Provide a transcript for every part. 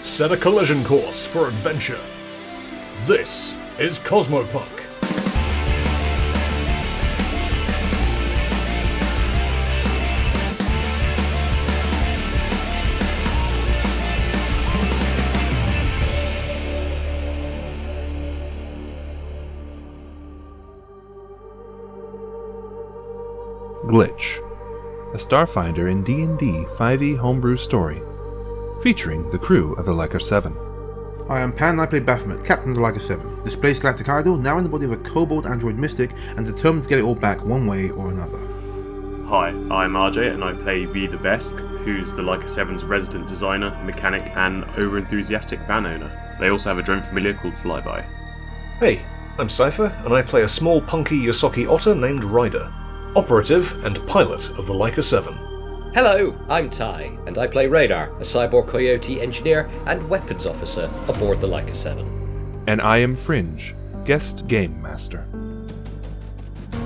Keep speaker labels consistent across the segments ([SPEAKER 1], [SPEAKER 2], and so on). [SPEAKER 1] Set a collision course for adventure. This is Cosmopunk.
[SPEAKER 2] Glitch, a Starfinder in D&D 5e E homebrew story, featuring the crew of the Leica 7.
[SPEAKER 3] I am Pan, I play Baphomet, Captain of the Liger 7. Displaced Galactic Idol, now in the body of a kobold android mystic, and determined to get it all back one way or another.
[SPEAKER 4] Hi, I'm RJ and I play V the Vesk, who's the Leica 7's resident designer, mechanic, and over enthusiastic van owner. They also have a drone familiar called Flyby.
[SPEAKER 1] Hey, I'm Cypher, and I play a small punky Yosoki otter named Ryder, operative and pilot of the Leica 7.
[SPEAKER 5] Hello, I'm Ty, and I play Radar, a cyborg coyote engineer and weapons officer aboard the Leica 7.
[SPEAKER 2] and I am Fringe, guest game master.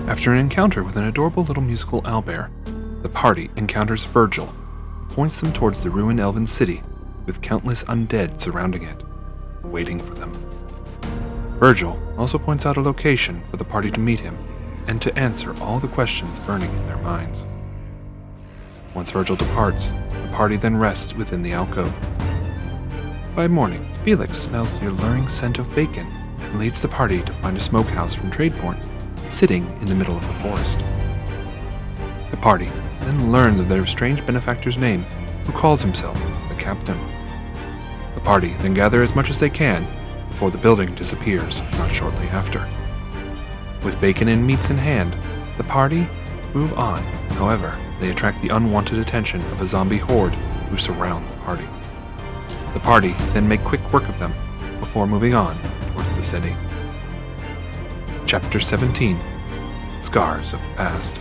[SPEAKER 2] After an encounter with an adorable little musical owlbear, the party encounters Virgil, who points them towards the ruined elven city with countless undead surrounding it, waiting for them. Virgil also points out a location for the party to meet him and to answer all the questions burning in their minds. Once Virgil departs, the party then rests within the alcove. By morning, Felix smells the alluring scent of bacon and leads the party to find a smokehouse from Tradeport, sitting in the middle of the forest. The party then learns of their strange benefactor's name, who calls himself the Captain. The party then gather as much as they can before the building disappears not shortly after. With bacon and meats in hand, the party move on. However, they attract the unwanted attention of a zombie horde who surround the party. The party then make quick work of them before moving on towards the city. Chapter 17 Scars of the Past.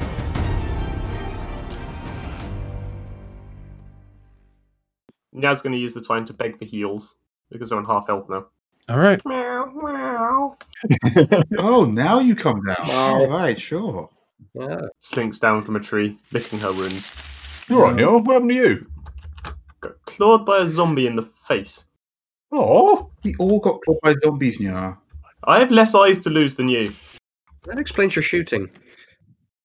[SPEAKER 4] Nyaz going to use the time to beg for heals because I'm on half health now.
[SPEAKER 2] All right.
[SPEAKER 3] Oh, now you come down. All right, sure.
[SPEAKER 5] Ah,
[SPEAKER 4] Slinks down from a tree, licking her wounds.
[SPEAKER 1] You're right, Neil. What happened to you?
[SPEAKER 4] Got clawed by a zombie in the face.
[SPEAKER 1] Oh,
[SPEAKER 3] We all got killed by zombies, Nya.
[SPEAKER 4] I have less eyes to lose than you.
[SPEAKER 5] That explains your shooting.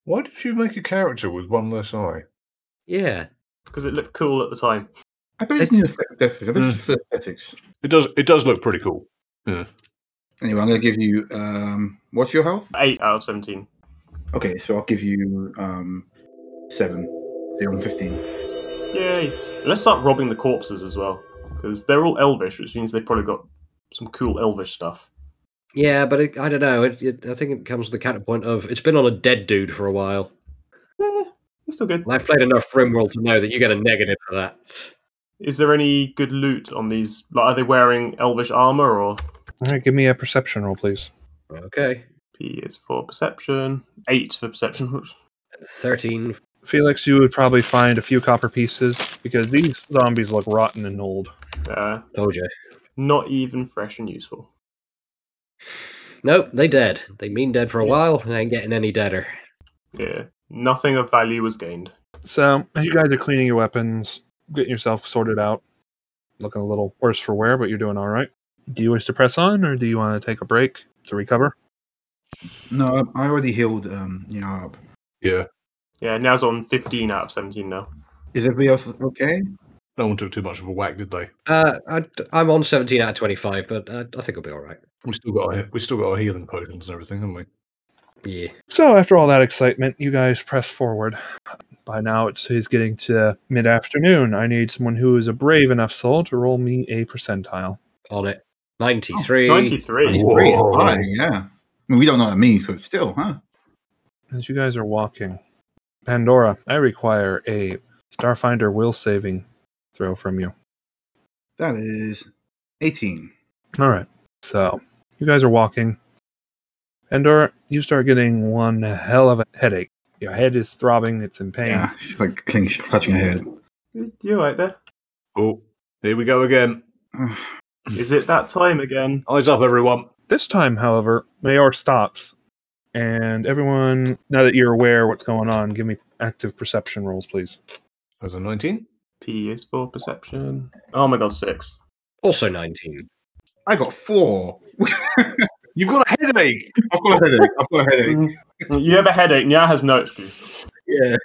[SPEAKER 1] why did you make a character with one less eye?
[SPEAKER 5] Yeah.
[SPEAKER 4] Because it looked cool at the time.
[SPEAKER 3] I bet it's Mm. an aesthetics. I bet it's for aesthetics.
[SPEAKER 1] It does. It does look pretty cool.
[SPEAKER 3] Anyway, I'm going to give you. Um, what's your health?
[SPEAKER 4] 8 out of 17.
[SPEAKER 3] Okay, so I'll give you um, 7. So you're on 15.
[SPEAKER 4] Yay. And Let's start robbing the corpses as well. Because they're all elvish, which means they've probably got some cool elvish stuff.
[SPEAKER 5] Yeah, but it, I don't know. It, it, I think it comes to the counterpoint of it's been on a dead dude for a while.
[SPEAKER 4] Eh, it's still good.
[SPEAKER 5] And I've played enough Rimworld to know that you get a negative for that.
[SPEAKER 4] Is there any good loot on these? Like, are they wearing elvish armor or
[SPEAKER 2] All right, give me a perception roll, please.
[SPEAKER 5] Okay.
[SPEAKER 4] P is for perception, eight for
[SPEAKER 1] Mhm.
[SPEAKER 4] perception.
[SPEAKER 5] 13.
[SPEAKER 2] Felix, you would probably find a few copper pieces because these zombies look rotten and old.
[SPEAKER 4] Uh,
[SPEAKER 5] Told you.
[SPEAKER 4] not even fresh and useful.
[SPEAKER 5] Nope, they dead. They mean dead for a
[SPEAKER 4] Yeah.
[SPEAKER 5] while. They ain't getting any deader.
[SPEAKER 4] Yeah, nothing of value was gained.
[SPEAKER 2] So you guys are cleaning your weapons, getting yourself sorted out, looking a little worse for wear, but you're doing all right. Do you wish to press on, or do you want to take a break to recover?
[SPEAKER 3] No, I already healed um, Nya up.
[SPEAKER 1] Yeah,
[SPEAKER 4] Yeah, now's on fifteen out of seventeen now.
[SPEAKER 3] Is everybody else okay?
[SPEAKER 1] no one took too much of a whack, did they?
[SPEAKER 5] Uh, I, I'm on 17 out of 25, but I, I think I'll be all right.
[SPEAKER 1] We still got our, we still got our healing potions and everything, haven't we?
[SPEAKER 5] Yeah.
[SPEAKER 2] So after all that excitement, you guys press forward. By now, it's, it's getting to mid-afternoon. I need someone who is a brave enough soul to roll me a percentile.
[SPEAKER 5] On it. 93.
[SPEAKER 4] Ninety-three.
[SPEAKER 1] Whoa.
[SPEAKER 3] Great. Hi, yeah. I mean, we don't know what that means, but still, huh?
[SPEAKER 2] As you guys are walking, Pandora, I require a Starfinder will saving throw from you.
[SPEAKER 3] That is 18.
[SPEAKER 2] All right. So you guys are walking. Endora, you start getting one hell of a headache. Your head is throbbing. It's in pain.
[SPEAKER 3] Yeah, she's like cling, clutching her head.
[SPEAKER 4] You right there?
[SPEAKER 1] Oh, here we go again.
[SPEAKER 3] Ugh.
[SPEAKER 4] Is it that time again?
[SPEAKER 1] Eyes up, everyone.
[SPEAKER 2] This time, however, Mayor stops. And everyone, now that you're aware what's going on, give me active perception rolls, please.
[SPEAKER 1] As a nineteen.
[SPEAKER 4] P is for perception. Oh my god, six.
[SPEAKER 5] Also 19.
[SPEAKER 3] I got four.
[SPEAKER 1] You've got a headache.
[SPEAKER 3] I've got a headache. I've got a headache.
[SPEAKER 4] Mm, You have a headache. Nya has no excuse.
[SPEAKER 3] Yeah.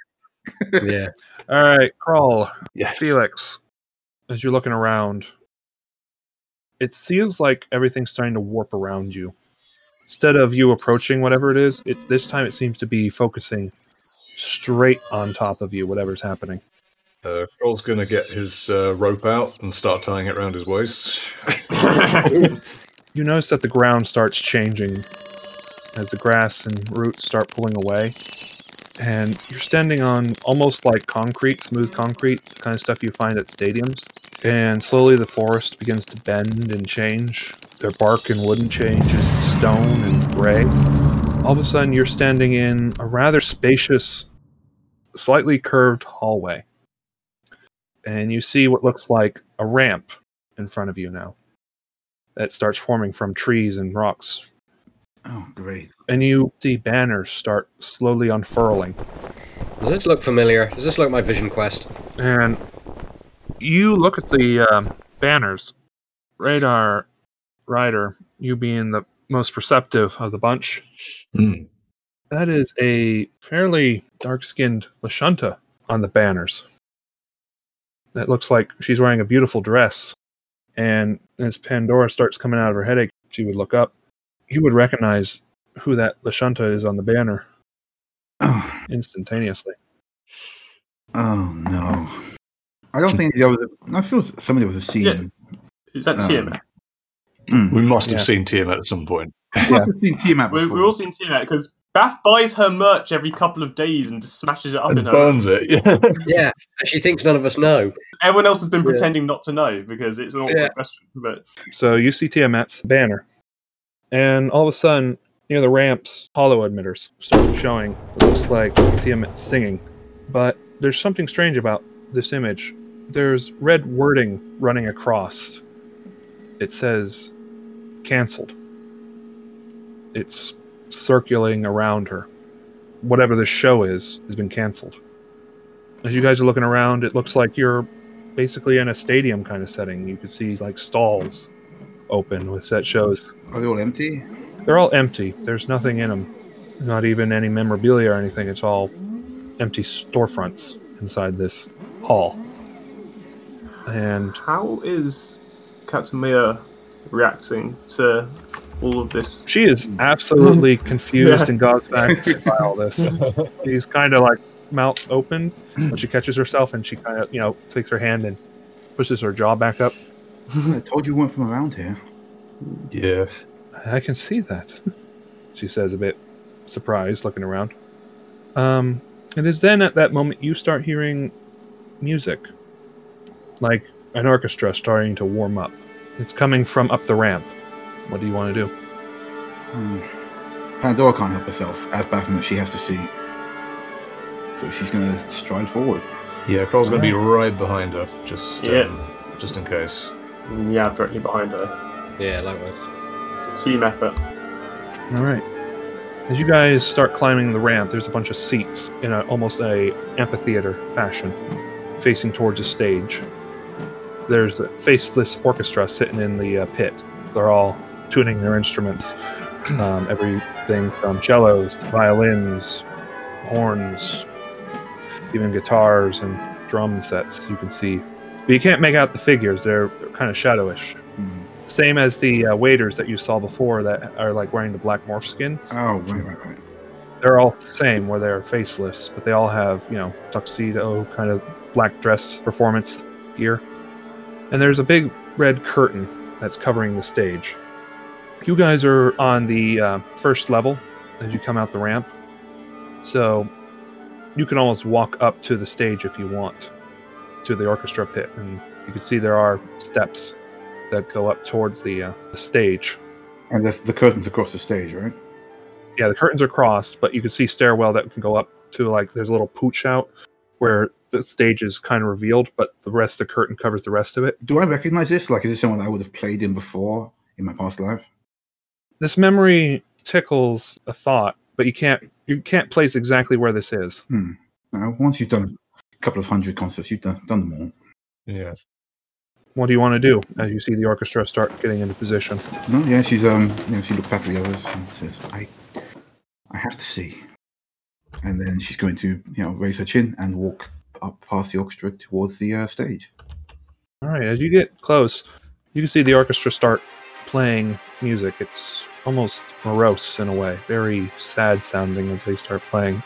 [SPEAKER 5] yeah.
[SPEAKER 2] All right, crawl.
[SPEAKER 1] Yes.
[SPEAKER 2] Felix, as you're looking around, it seems like everything's starting to warp around you. Instead of you approaching whatever it is, it's this time it seems to be focusing straight on top of you, whatever's happening.
[SPEAKER 1] Uh, Kroll's going to get his uh, rope out and start tying it around his waist.
[SPEAKER 2] You notice that the ground starts changing as the grass and roots start pulling away. And you're standing on almost like concrete, smooth concrete, the kind of stuff you find at stadiums. And slowly the forest begins to bend and change. Their bark and wooden changes to stone and gray. All of a sudden, you're standing in a rather spacious, slightly curved hallway. And you see what looks like a ramp in front of you now that starts forming from trees and rocks.
[SPEAKER 3] Oh, great.
[SPEAKER 2] And you see banners start slowly unfurling.
[SPEAKER 5] Does this look familiar? Does this look like Vision Quest?
[SPEAKER 2] And you look at the um, banners. Radar Rider, you being the most perceptive of the bunch,
[SPEAKER 1] Mm.
[SPEAKER 2] that is a fairly dark skinned Lashunta on the banners. That looks like she's wearing a beautiful dress. And as Pandora starts coming out of her headache, she would look up. You would recognize who that Lashunta is on the banner
[SPEAKER 3] Oh,
[SPEAKER 2] instantaneously.
[SPEAKER 3] oh no. I don't think there was. A, I'm sure somebody was a scene.
[SPEAKER 4] Yeah. Is that
[SPEAKER 3] Um,
[SPEAKER 4] Tiamat?
[SPEAKER 3] Mm.
[SPEAKER 1] We must have
[SPEAKER 2] Yeah.
[SPEAKER 1] seen Tiamat at some point.
[SPEAKER 3] I must have seen Tiamat
[SPEAKER 4] We,
[SPEAKER 3] before.
[SPEAKER 4] we're all seeing Tiamat because Bath buys her merch every couple of days and just smashes it up
[SPEAKER 1] And
[SPEAKER 4] in her.
[SPEAKER 1] burns it. Yeah.
[SPEAKER 5] Yeah. And she thinks none of us know.
[SPEAKER 4] Everyone else has been
[SPEAKER 5] Yeah.
[SPEAKER 4] pretending not to know because it's an awkward
[SPEAKER 5] Yeah.
[SPEAKER 4] question. But
[SPEAKER 2] So you see Tiamat's banner, and all of a sudden, near the ramps, hollow emitters start showing. It looks like Tiamat singing, but there's something strange about this image. There's red wording running across. It says, "Cancelled." It's circulating around her. Whatever the show is has been cancelled. As you guys are looking around, it looks like you're basically in a stadium kind of setting. You could see like stalls open with set shows.
[SPEAKER 3] Are they all empty?
[SPEAKER 2] They're all empty. There's nothing in them. Not even any memorabilia or anything. It's all empty storefronts inside this hall. And
[SPEAKER 4] how is Captain Mia reacting to all of this?
[SPEAKER 2] she is absolutely confused
[SPEAKER 4] Yeah.
[SPEAKER 2] and gobsmacked by all this. She's kind of like mouth open, but she catches herself and she kind of, you know, takes her hand and pushes her jaw back up.
[SPEAKER 3] I told you we weren't from around here.
[SPEAKER 1] yeah.
[SPEAKER 2] I can see that, she says, a bit surprised, looking around. Um, it is then at that moment you start hearing music, like an orchestra starting to warm up. It's coming from up the ramp. What do you want to do?
[SPEAKER 3] Hmm. Pandora can't help herself. As Baphomet, she has to see. So she's going to stride forward.
[SPEAKER 1] Yeah, Kroll's going to be right behind her, just um, just in case.
[SPEAKER 4] Yeah, directly behind her.
[SPEAKER 5] Yeah, likewise.
[SPEAKER 4] It's a team effort.
[SPEAKER 2] All right. As you guys start climbing the ramp, there's a bunch of seats in a, almost a amphitheater fashion, facing towards a stage. There's a faceless orchestra sitting in the uh, pit. They're all tuning their instruments, um, everything from cellos to violins, horns, even guitars and drum sets. You can see, but you can't make out the figures. They're kind of shadowish.
[SPEAKER 3] Hmm.
[SPEAKER 2] Same as the uh, waiters that you saw before that are like wearing the black morph skins.
[SPEAKER 3] Oh, right, right, right.
[SPEAKER 2] They're all the same where they're faceless, but they all have, you know, tuxedo kind of black dress performance gear. And there's a big red curtain that's covering the stage. You guys are on the uh, first level as you come out the ramp. So you can almost walk up to the stage if you want to the orchestra pit. And you can see there are steps that go up towards the, uh, the stage.
[SPEAKER 3] And that's the curtains across the stage, right?
[SPEAKER 2] yeah, the curtains are crossed, but you can see stairwell that can go up to like there's a little pooch out where the stage is kind of revealed, but the rest of the curtain covers the rest of it.
[SPEAKER 3] Do I recognize this? Like, is this someone I would have played in before in my past life?
[SPEAKER 2] This memory tickles a thought, but you can't you can't place exactly where this is.
[SPEAKER 3] No. Once you've done a couple of hundred concerts, you've done, done them all.
[SPEAKER 1] Yeah.
[SPEAKER 2] What do you want to do as you see the orchestra start getting into position?
[SPEAKER 3] No, yeah, she's um, you know, she looks back at the others and says, "I, I have to see." And then she's going to, you know, raise her chin and walk up past the orchestra towards the uh, stage.
[SPEAKER 2] All right, as you get close, you can see the orchestra start playing music. It's almost morose in a way, very sad sounding as they start playing.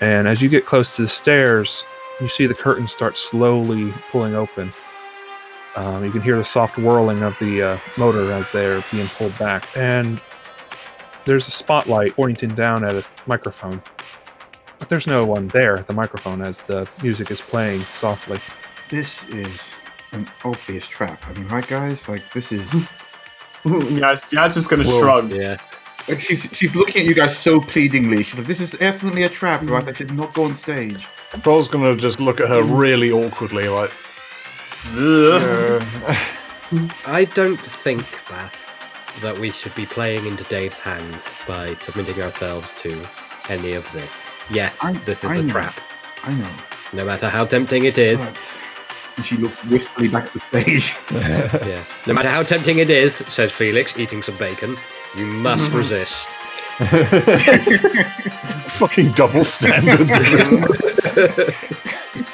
[SPEAKER 2] And as you get close to the stairs, you see the curtains start slowly pulling open. Um, you can hear the soft whirling of the uh, motor as they're being pulled back. And there's a spotlight pointing down at a microphone. But there's no one there at the microphone as the music is playing softly.
[SPEAKER 3] This is an obvious trap. I mean, right, guys? Like this is
[SPEAKER 4] Yeah, it's- yeah, it's just gonna shrug.
[SPEAKER 5] Yeah.
[SPEAKER 3] like she's she's looking at you guys so pleadingly. She's like, "This is definitely a trap, right? I should not go on stage."
[SPEAKER 1] Paul's gonna just look at her really awkwardly, like. "Ugh."
[SPEAKER 5] I don't think, Bath, that we should be playing into Dave's hands by submitting ourselves to any of this. Yes,
[SPEAKER 3] I-
[SPEAKER 5] this is
[SPEAKER 3] I
[SPEAKER 5] a
[SPEAKER 3] know.
[SPEAKER 5] trap,
[SPEAKER 3] I know,
[SPEAKER 5] no matter how tempting it is.
[SPEAKER 3] but and she looks wistfully back at the stage.
[SPEAKER 5] Yeah. No matter how tempting it is, says Felix, eating some bacon, you must
[SPEAKER 3] Mm-hmm.
[SPEAKER 5] resist.
[SPEAKER 1] Fucking double standard.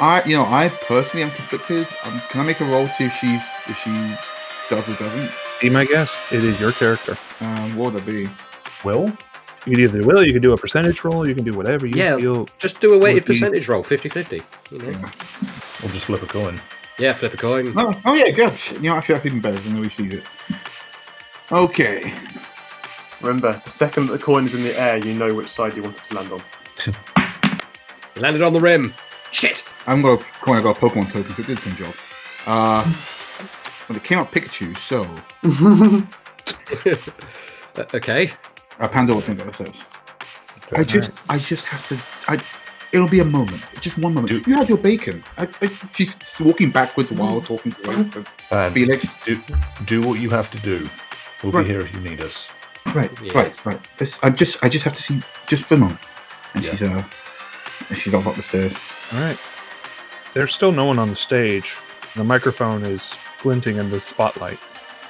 [SPEAKER 3] I, you know, I personally am conflicted. Um, can I make a roll to see if she's if she does or doesn't?
[SPEAKER 2] Be my guest, it is your character.
[SPEAKER 3] Um, what would that be?
[SPEAKER 1] Will?
[SPEAKER 2] You can either will, you can do a percentage roll, you can do whatever you
[SPEAKER 5] Yeah.
[SPEAKER 2] feel.
[SPEAKER 5] Just do a
[SPEAKER 2] Would
[SPEAKER 5] weighted
[SPEAKER 2] be-
[SPEAKER 5] percentage roll, 50 50. You know?
[SPEAKER 1] Or just flip a coin.
[SPEAKER 5] Yeah, flip a coin.
[SPEAKER 3] No, oh yeah, good. You know, actually, that's even better than we see it. Okay,
[SPEAKER 4] Remember, the second that the coin is in the air, you know which side you want it to land on.
[SPEAKER 5] You landed on the rim. Shit!
[SPEAKER 3] I'm gonna coin. I got a Pokemon token, so it did some job. Uh, well, it came out Pikachu, so
[SPEAKER 5] Uh, okay.
[SPEAKER 3] uh, Pandora. I think that says. I just, I just have to. I, it'll be a moment, just one moment. you had your bacon. I, I, she's walking backwards while talking to like, to
[SPEAKER 1] And
[SPEAKER 3] Felix.
[SPEAKER 1] do, do what you have to do. We'll
[SPEAKER 3] Right.
[SPEAKER 1] be here if you need us.
[SPEAKER 3] Right,
[SPEAKER 5] Yeah.
[SPEAKER 3] right, right. This, I just, I just have to see just for a moment. And
[SPEAKER 1] Yeah.
[SPEAKER 3] she's, uh, and she's off up the stairs.
[SPEAKER 2] All right. There's still no one on the stage. The microphone is glinting in the spotlight.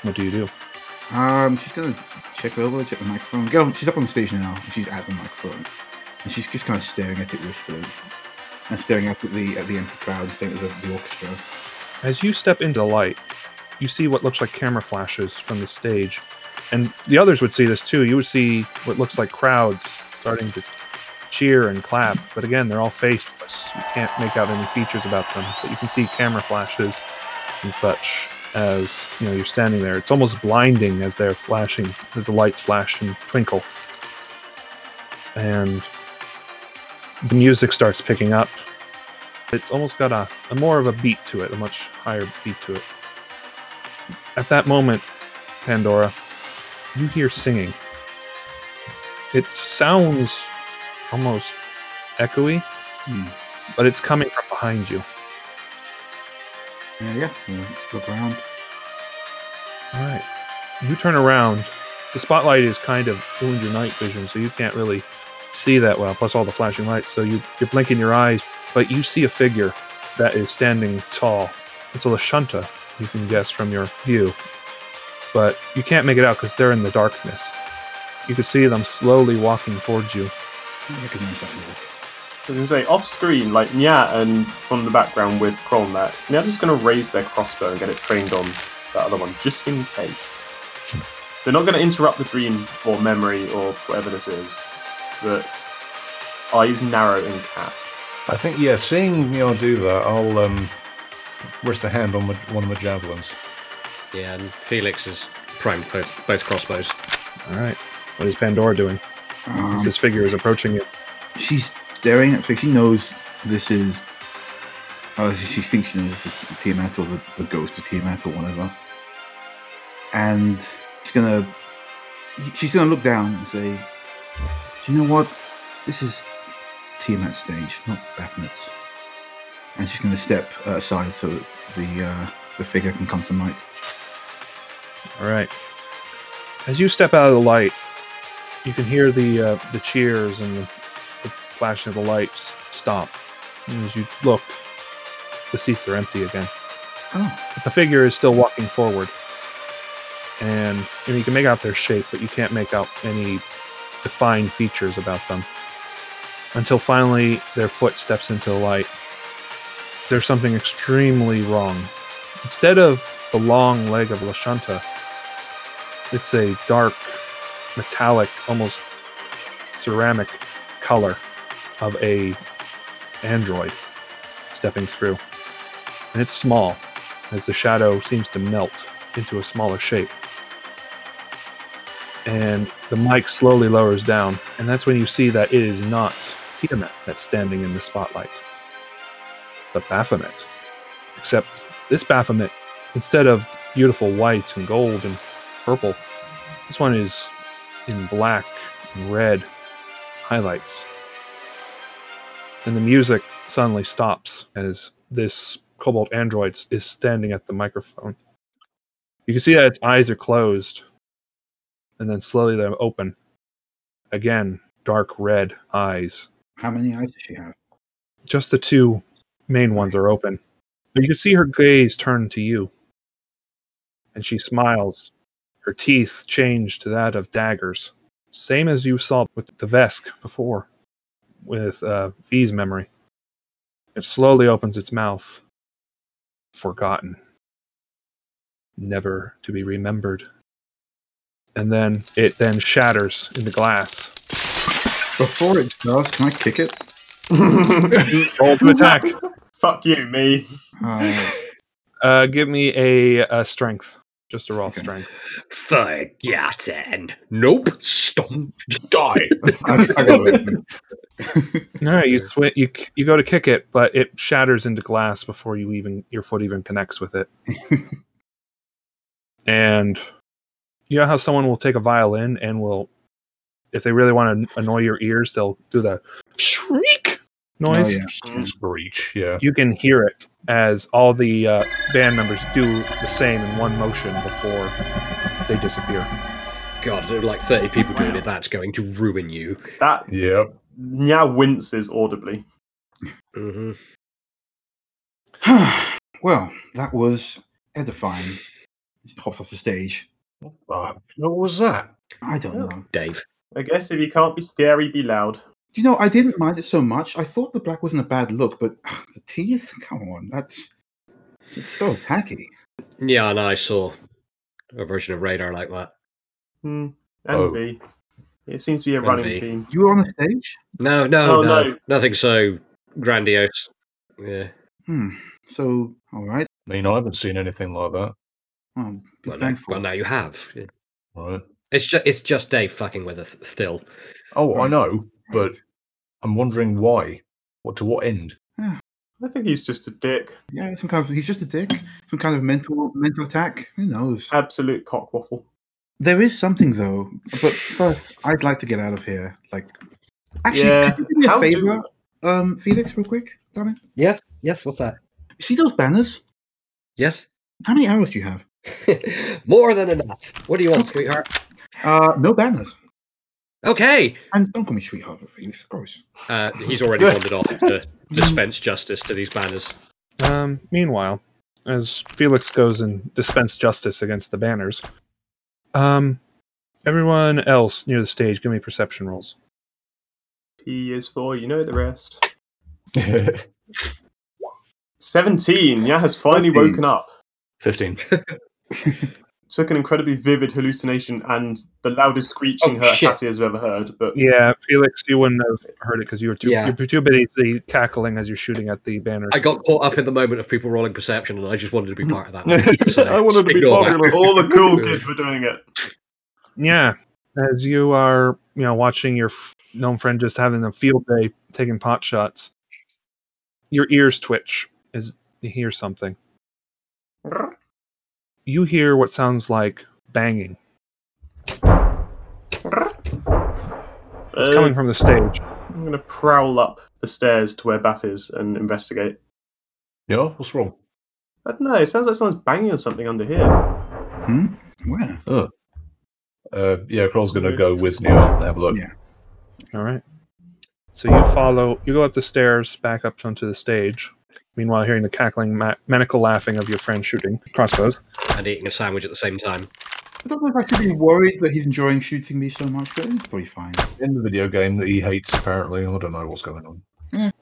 [SPEAKER 2] What do you do?
[SPEAKER 3] Um, she's gonna check over, check the microphone. Go, she's up on the stage now. And she's at the microphone, and she's just kind of staring at it wistfully, and staring up at the at the empty crowd, and staring at the, the orchestra. Uh,
[SPEAKER 2] As you step into light, you see what looks like camera flashes from the stage. And the others would see this too. You would see what looks like crowds starting to cheer and clap. But again, they're all faceless. You can't make out any features about them. But you can see camera flashes and such as you know you're standing there. It's almost blinding as they're flashing, as the lights flash and twinkle. And the music starts picking up it's almost got a, a more of a beat to it, a much higher beat to it. At that moment, Pandora, you hear singing. It sounds almost echoey,
[SPEAKER 3] Hmm.
[SPEAKER 2] but it's coming from behind you.
[SPEAKER 3] Yeah, yeah. yeah, Look around.
[SPEAKER 2] All right. You turn around. The spotlight is kind of doing your night vision, so you can't really see that well. Plus all the flashing lights, so you, you're blinking your eyes, but you see a figure that is standing tall. It's a Lashunta, you can guess from your view, but you can't make it out because they're in the darkness. You can see them slowly walking towards you.
[SPEAKER 3] I recognize that voice.
[SPEAKER 4] I was gonna say, off screen, like Nya and from the background with Crombat, Nya's just gonna raise their crossbow and get it trained on that other one, just in case. They're not gonna interrupt the dream or memory or whatever this is. But eyes narrow and cat.
[SPEAKER 1] I think, yeah, seeing Nya do that, I'll um, rest a hand on my, one of my javelins.
[SPEAKER 5] Yeah, and Felix has primed both, both crossbows.
[SPEAKER 2] All right. What is Pandora doing?
[SPEAKER 3] Um,
[SPEAKER 2] this figure is approaching you.
[SPEAKER 3] she's staring at. She knows this is. Oh, she, she thinks she knows this is Tiamat or the, the ghost of Tiamat or whatever. And she's gonna. She's gonna look down and say, "Do you know what? This is Tiamat's stage, not Baphomet's." And she's gonna step uh, aside so that the uh, the figure can come to light.
[SPEAKER 2] All right. As you step out of the light, you can hear the uh, the cheers and the, the flashing of the lights stop. And as you look, the seats are empty again.
[SPEAKER 3] Oh,
[SPEAKER 2] But the figure is still walking forward. And, and you can make out their shape, but you can't make out any defined features about them. Until finally their foot steps into the light. There's something extremely wrong. Instead of the long leg of Lashanta, it's a dark, metallic, almost ceramic color of a android stepping through. And it's small, as the shadow seems to melt into a smaller shape. And the mic slowly lowers down, and that's when you see that it is not Tiamat that's standing in the spotlight, but Baphomet. Except this Baphomet, instead of beautiful white and gold and purple, this one is in black and red highlights. And the music suddenly stops as this cobalt android s- is standing at the microphone. You can see that its eyes are closed, and then slowly they open. Again, dark red eyes.
[SPEAKER 3] how many eyes does she have?
[SPEAKER 2] Just the two main ones are open. But you can see her gaze turn to you. And she smiles. Her teeth change to that of daggers. Same as you saw with the Vesk before, with uh, V's memory. It slowly opens its mouth. Forgotten. Never to be remembered. And then it then shatters into glass.
[SPEAKER 3] Before it does, can I kick it?
[SPEAKER 2] Roll to attack.
[SPEAKER 4] Fuck you, me.
[SPEAKER 3] Uh,
[SPEAKER 2] Uh, give me a, uh strength, just a raw
[SPEAKER 3] Okay.
[SPEAKER 2] strength.
[SPEAKER 5] Forgotten. Nope. Stomped. Die.
[SPEAKER 3] I, I got it.
[SPEAKER 2] All right, you swi you c- you go to kick it, but it shatters into glass before you even your foot even connects with it. and you know how someone will take a violin and will, if they really want to annoy your ears, they'll do the shriek noise.
[SPEAKER 3] Oh, yeah.
[SPEAKER 6] Screech, yeah.
[SPEAKER 2] You can hear it as all the uh, band members do the same in one motion before they disappear.
[SPEAKER 5] God, there are like 30 people doing it. That's going to ruin you.
[SPEAKER 4] That
[SPEAKER 6] Yep.
[SPEAKER 4] Nya winces audibly.
[SPEAKER 5] hmm
[SPEAKER 3] well, that was edifying. Hopped off the stage.
[SPEAKER 1] Ah,
[SPEAKER 6] Uh, what was that?
[SPEAKER 3] I don't know.
[SPEAKER 5] Dave.
[SPEAKER 4] I guess if you can't be scary, be loud.
[SPEAKER 3] Do you know, I didn't mind it so much. I thought the black wasn't a bad look, but ugh, the teeth? Come on, that's just so tacky.
[SPEAKER 5] Yeah, and I saw a version of radar like that.
[SPEAKER 4] Hmm.
[SPEAKER 6] Oh.
[SPEAKER 4] Envy. It seems to be a
[SPEAKER 5] Envy.
[SPEAKER 4] running theme.
[SPEAKER 3] You were on the stage?
[SPEAKER 5] No, no,
[SPEAKER 4] Oh,
[SPEAKER 5] no,
[SPEAKER 4] no.
[SPEAKER 5] Nothing so grandiose. Yeah.
[SPEAKER 3] Hmm. So, all right.
[SPEAKER 6] I mean, I haven't seen anything like that.
[SPEAKER 3] Um, be
[SPEAKER 5] Well, no,
[SPEAKER 3] thankful.
[SPEAKER 5] well, now you have.
[SPEAKER 6] Right.
[SPEAKER 5] It's just it's just Dave fucking with us still.
[SPEAKER 6] Oh, I
[SPEAKER 3] Right.
[SPEAKER 6] know, but I'm wondering why. What to what end?
[SPEAKER 4] I think he's just a dick.
[SPEAKER 3] Yeah, some kind of, he's just a dick. Some kind of mental mental attack. Who
[SPEAKER 4] Uh,
[SPEAKER 3] knows?
[SPEAKER 4] Absolute cockwaffle.
[SPEAKER 3] There is something though. But first, I'd like to get out of here. Like, actually,
[SPEAKER 4] Yeah,
[SPEAKER 3] could you do me a
[SPEAKER 4] how do-
[SPEAKER 3] favor, um, Felix, real quick, darling?
[SPEAKER 7] Yes, yes, what's that?
[SPEAKER 3] You see those banners?
[SPEAKER 7] Yes.
[SPEAKER 3] How many arrows do you have?
[SPEAKER 5] More than enough. What do you want, sweetheart?
[SPEAKER 3] Uh, no banners.
[SPEAKER 5] Okay.
[SPEAKER 3] And don't call me sweetheart, Felix. Gross.
[SPEAKER 5] Uh, he's already wandered off to dispense justice to these banners.
[SPEAKER 8] Um,
[SPEAKER 2] Meanwhile, as Felix goes and dispense justice against the banners, um, everyone else near the stage, give me perception rolls.
[SPEAKER 4] P is for you know the rest. 17. Nya has finally
[SPEAKER 3] 14.
[SPEAKER 4] woken up.
[SPEAKER 6] Fifteen.
[SPEAKER 4] Took an incredibly vivid hallucination and the loudest screeching
[SPEAKER 5] Oh,
[SPEAKER 4] her
[SPEAKER 5] shit.
[SPEAKER 4] cat ears have ever heard. But
[SPEAKER 2] Yeah, Felix, you wouldn't have heard it because you were too
[SPEAKER 7] Yeah.
[SPEAKER 2] you were too busy cackling as you're shooting at the banners.
[SPEAKER 5] I got caught up in the moment of people rolling perception, and I just wanted to be part of that. So,
[SPEAKER 6] I wanted to be
[SPEAKER 5] ignore
[SPEAKER 6] popular.
[SPEAKER 4] all the cool kids were doing it.
[SPEAKER 2] yeah, as you are, you know, watching your f- gnome friend just having a field day taking pot shots, your ears twitch as you hear something. You hear what sounds like banging. It's
[SPEAKER 4] Uh,
[SPEAKER 2] coming from the stage.
[SPEAKER 4] I'm going to prowl up the stairs to where Bath is and investigate.
[SPEAKER 6] Yeah, what's wrong?
[SPEAKER 4] I don't know. It sounds like someone's banging on something under here.
[SPEAKER 3] Where?
[SPEAKER 6] Uh, yeah, Kroll's gonna go with Neil and have a look.
[SPEAKER 3] Yeah.
[SPEAKER 2] All right. So you follow, you go up the stairs, back up onto the stage. meanwhile hearing the cackling, ma- maniacal laughing of your friend shooting crossbows.
[SPEAKER 5] and eating a sandwich at the same time.
[SPEAKER 3] I don't know if I should be worried that he's enjoying shooting me so much, but it's probably fine.
[SPEAKER 1] In the video game that he hates, apparently. I don't know what's going on.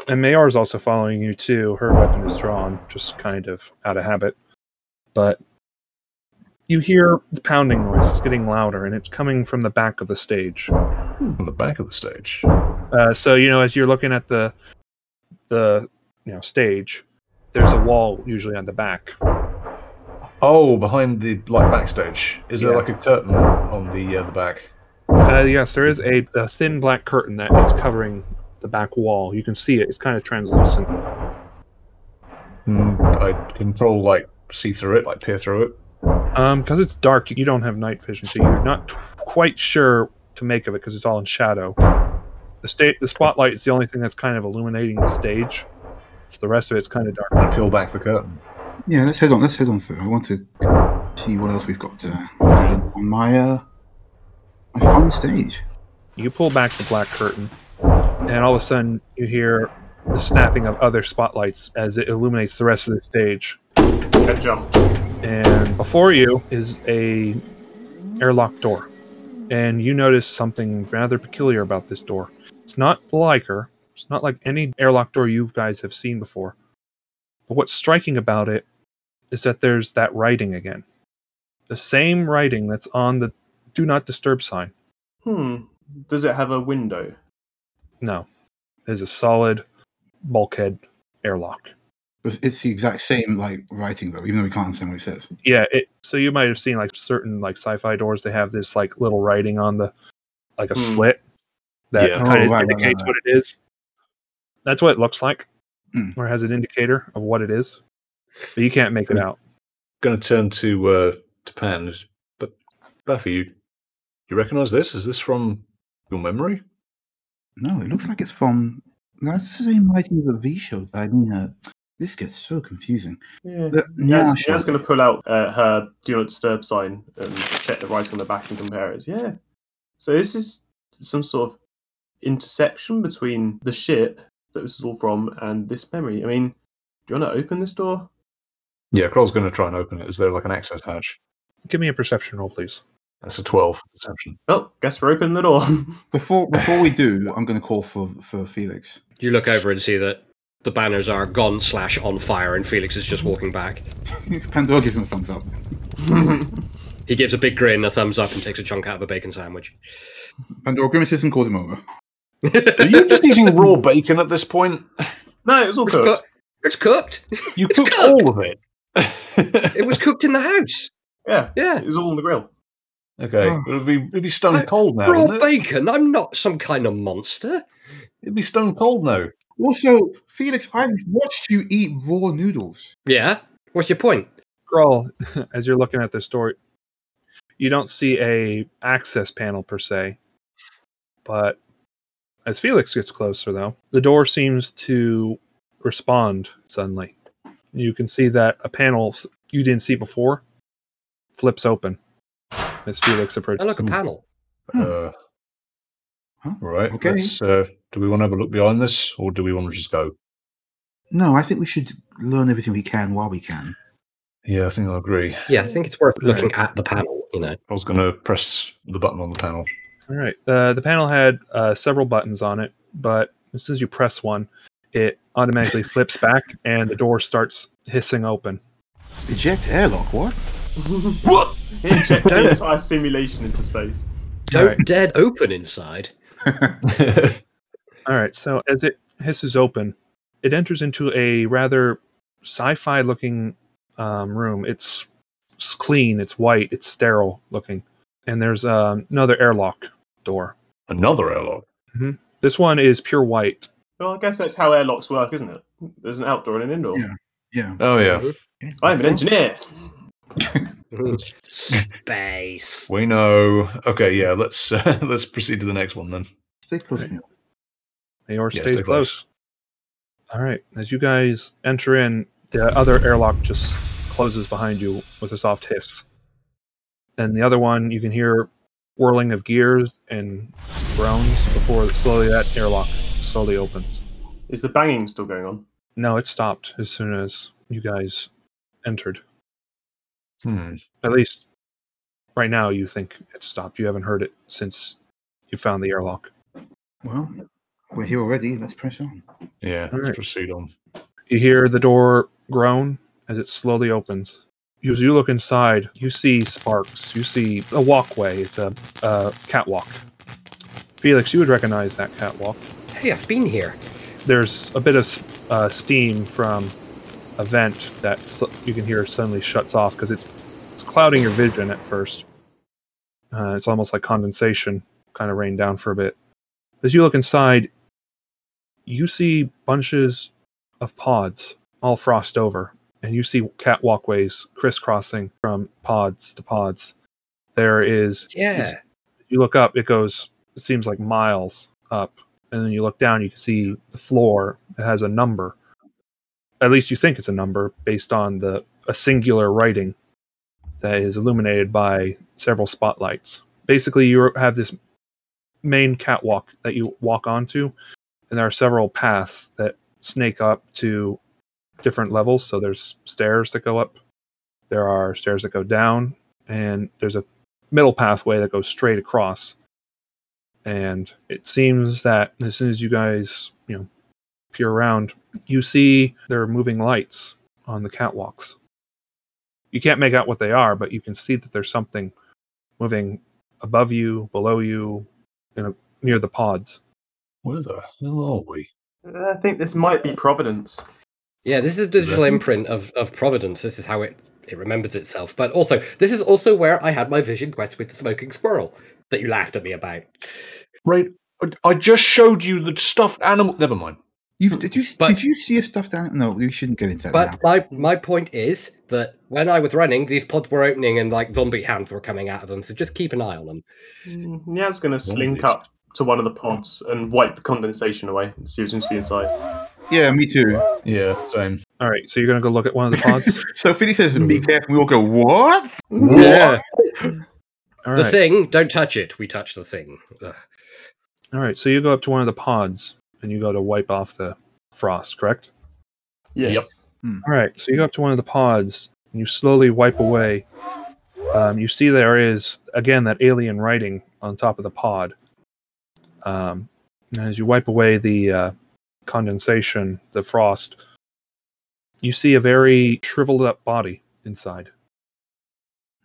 [SPEAKER 2] And Mayor is also following you too. Her weapon is drawn, just kind of out of habit. But you hear the pounding noise. It's getting louder, and it's coming from the back of the stage.
[SPEAKER 1] On the back of the stage.
[SPEAKER 2] Uh, so you know, as you're looking at the the you know stage, there's a wall usually on the back.
[SPEAKER 1] Oh, behind the like backstage. Is there
[SPEAKER 2] Yeah.
[SPEAKER 1] like a curtain on the uh, the back?
[SPEAKER 2] Uh, yes, there is a, a thin black curtain that is covering the back wall. You can see it. It's kind of translucent.
[SPEAKER 1] Mm, I can probably like see through it, like peer through it.
[SPEAKER 2] Um, because it's dark, you don't have night vision, so you're not t- quite sure to make of it because it's all in shadow. The state, the spotlight is the only thing that's kind of illuminating the stage. So the rest of it's kind of dark.
[SPEAKER 1] I peel back the curtain.
[SPEAKER 3] Yeah, let's head on. Let's head on through. I want to see what else we've got to fill in on my uh, my fun stage.
[SPEAKER 2] You pull back the black curtain, and all of a sudden you hear the snapping of other spotlights as it illuminates the rest of the stage.
[SPEAKER 4] Get jumped.
[SPEAKER 2] And before you is a airlock door, and you notice something rather peculiar about this door. It's not the Liker. It's not like any airlock door you guys have seen before. But what's striking about it is that there's that writing again, the same writing that's on the "Do Not Disturb" sign.
[SPEAKER 4] Hmm. Does it have a window?
[SPEAKER 2] No. There's a solid bulkhead airlock.
[SPEAKER 3] But It's the exact same like writing though, even though we can't understand what it says.
[SPEAKER 2] Yeah, it, so you might have seen like certain like sci-fi doors they have this like little writing on the like a
[SPEAKER 4] Hmm.
[SPEAKER 2] slit that
[SPEAKER 1] Yeah.
[SPEAKER 2] kind of
[SPEAKER 3] Oh, right, right,
[SPEAKER 2] indicates
[SPEAKER 3] right,
[SPEAKER 2] what it is. That's what it looks like.
[SPEAKER 3] Hmm.
[SPEAKER 2] Or has an indicator of what it is. But you can't
[SPEAKER 3] Hmm.
[SPEAKER 2] make it out.
[SPEAKER 1] Going to turn to uh, to Pan. But Baffy, you you recognise this? Is this from your memory?
[SPEAKER 3] No, it looks like it's from. no, That's the same writing as the V show. I mean, uh, this gets so confusing.
[SPEAKER 4] Yeah.
[SPEAKER 3] The Nya
[SPEAKER 4] Nya's,
[SPEAKER 3] show.
[SPEAKER 4] going to pull out uh, her "Do Not Disturb" sign and check the writing on the back and compare it. Yeah. So this is some sort of intersection between the ship that this is all from and this memory. I mean, do you want to open this door?
[SPEAKER 1] Yeah, Kroll's going to try and open it. Is there like an access hatch?
[SPEAKER 2] Give me a perception roll, please.
[SPEAKER 1] That's a twelve perception.
[SPEAKER 4] Oh, guess we're opening the door.
[SPEAKER 3] Before before we do, I'm going to call for for Felix.
[SPEAKER 5] You look over and see that the banners are gone slash on fire, and Felix is just walking back.
[SPEAKER 3] Pandora gives him a thumbs up.
[SPEAKER 5] He gives a big grin, a thumbs up, and takes a chunk out of a bacon sandwich.
[SPEAKER 3] Pandora grimaces and calls him over.
[SPEAKER 1] Are you just eating raw bacon at this point?
[SPEAKER 4] no, it was all
[SPEAKER 5] It's
[SPEAKER 4] cooked.
[SPEAKER 5] cooked. It's cooked.
[SPEAKER 1] You
[SPEAKER 5] It's
[SPEAKER 1] cooked
[SPEAKER 5] cooked.
[SPEAKER 1] all of it.
[SPEAKER 5] It was cooked in the house.
[SPEAKER 4] Yeah,
[SPEAKER 5] Yeah.
[SPEAKER 4] it was all on the grill.
[SPEAKER 1] okay,
[SPEAKER 3] Oh.
[SPEAKER 1] it'd be it'd be stone
[SPEAKER 5] I-
[SPEAKER 1] cold now.
[SPEAKER 5] Raw
[SPEAKER 1] wouldn't it?
[SPEAKER 5] bacon. I'm not some kind of monster.
[SPEAKER 1] It'd be stone cold now.
[SPEAKER 3] Also, Felix, I've watched you eat raw noodles.
[SPEAKER 5] Yeah. What's your point?
[SPEAKER 2] Girl, as you're looking at this door, you don't see a access panel per se. But as Felix gets closer though, the door seems to respond suddenly. You can see that a panel s- you didn't see before flips open as Felix approaches.
[SPEAKER 5] I look a panel.
[SPEAKER 1] Uh,
[SPEAKER 3] Huh?
[SPEAKER 1] Right.
[SPEAKER 3] Okay.
[SPEAKER 1] let's, uh, do we want to have a look behind this, or do we want to just go?
[SPEAKER 3] No, I think we should learn everything we can while we can.
[SPEAKER 1] Yeah, I think I agree.
[SPEAKER 5] Yeah, I think it's worth
[SPEAKER 2] Right.
[SPEAKER 5] looking at the panel. You know.
[SPEAKER 1] I was going to press the button on the panel.
[SPEAKER 2] All right. Uh, the panel had uh, several buttons on it, but as soon as you press one, it automatically flips back and the door starts hissing open.
[SPEAKER 3] Eject airlock, what?
[SPEAKER 1] What?
[SPEAKER 4] Inject the entire simulation into space.
[SPEAKER 5] Don't
[SPEAKER 2] Right.
[SPEAKER 5] dead open inside.
[SPEAKER 2] All right. So as it hisses open, it enters into a rather sci-fi looking um, room. It's, it's clean. It's white. It's sterile looking. And there's um, another airlock door.
[SPEAKER 1] Another airlock.
[SPEAKER 2] This one is pure white.
[SPEAKER 4] Well, I guess that's how airlocks work, isn't it? There's an outdoor and an indoor.
[SPEAKER 3] Yeah. Yeah.
[SPEAKER 1] Oh yeah,
[SPEAKER 4] I'm an engineer.
[SPEAKER 5] Mm-hmm. Space.
[SPEAKER 1] we know. Okay, yeah. Let's uh, let's proceed to the next one then.
[SPEAKER 3] Stay close. Neil.
[SPEAKER 2] Mayor
[SPEAKER 1] Yeah,
[SPEAKER 2] stays
[SPEAKER 1] stay
[SPEAKER 2] close.
[SPEAKER 1] close.
[SPEAKER 2] All right. As you guys enter in, the other airlock just closes behind you with a soft hiss. And the other one, you can hear whirling of gears and groans before slowly that airlock slowly opens.
[SPEAKER 4] Is the banging still going on?
[SPEAKER 2] No, it stopped as soon as you guys entered.
[SPEAKER 1] Hmm.
[SPEAKER 2] At least right now, you think it stopped. You haven't heard it since you found the airlock.
[SPEAKER 3] Well, we're here already. Let's press on.
[SPEAKER 1] Yeah.
[SPEAKER 2] All
[SPEAKER 1] Let's
[SPEAKER 2] right.
[SPEAKER 1] proceed on.
[SPEAKER 2] You hear the door groan as it slowly opens. As you look inside, you see sparks. You see a walkway. It's a, a catwalk. Felix, you would recognize that catwalk.
[SPEAKER 5] Hey, I've been here.
[SPEAKER 2] There's a bit of s- uh, steam from a vent that s you can hear suddenly shuts off because it's, it's clouding your vision at first. Uh, it's almost like condensation kind of rained down for a bit. As you look inside, you see bunches of pods all frost over, and you see cat walkways crisscrossing from pods to pods. There is,
[SPEAKER 5] Yeah.
[SPEAKER 2] you look up, it goes, it seems like miles up. And then you look down, you can see the floor. It has a number. At least you think it's a number based on the a singular writing that is illuminated by several spotlights. Basically, you have this main catwalk that you walk onto, and there are several paths that snake up to different levels. So there's stairs that go up, there are stairs that go down, and there's a middle pathway that goes straight across. And it seems that as soon as you guys, you know, peer around, you see there are moving lights on the catwalks. You can't make out what they are, but you can see that there's something moving above you, below you, you know, near the pods.
[SPEAKER 1] Where the hell are we?
[SPEAKER 4] I think this might be Providence.
[SPEAKER 5] Yeah, this is a digital
[SPEAKER 1] Right.
[SPEAKER 5] imprint of, of Providence. This is how it, it remembers itself. But also, this is also where I had my vision quest with the smoking squirrel that you laughed at me about.
[SPEAKER 6] Right. I- I just showed you the stuffed animal. Never mind.
[SPEAKER 3] You did you
[SPEAKER 5] But-
[SPEAKER 3] did you see a stuffed animal? No, we shouldn't get into that.
[SPEAKER 5] But
[SPEAKER 3] now.
[SPEAKER 5] my, my point is that when I was running, these pods were opening and like zombie hands were coming out of them. So just keep an eye on them.
[SPEAKER 4] Nya's gonna slink up to one of the pods and wipe the condensation away and see what we can see inside.
[SPEAKER 3] Yeah, me too.
[SPEAKER 1] Yeah, same.
[SPEAKER 2] All right, so you're going to go look at one of the pods?
[SPEAKER 3] So Philly says, "Be careful." We all go, "What?"
[SPEAKER 2] yeah. All
[SPEAKER 5] the
[SPEAKER 2] right.
[SPEAKER 5] thing, don't touch it. We touch the thing. Ugh.
[SPEAKER 2] All right, so you go up to one of the pods and you go to wipe off the frost, correct?
[SPEAKER 4] Yes.
[SPEAKER 2] All right, so you go up to one of the pods and you slowly wipe away. Um, you see there is again that alien writing on top of the pod. Um, and as you wipe away the uh, condensation, the frost, you see a very shriveled up body inside.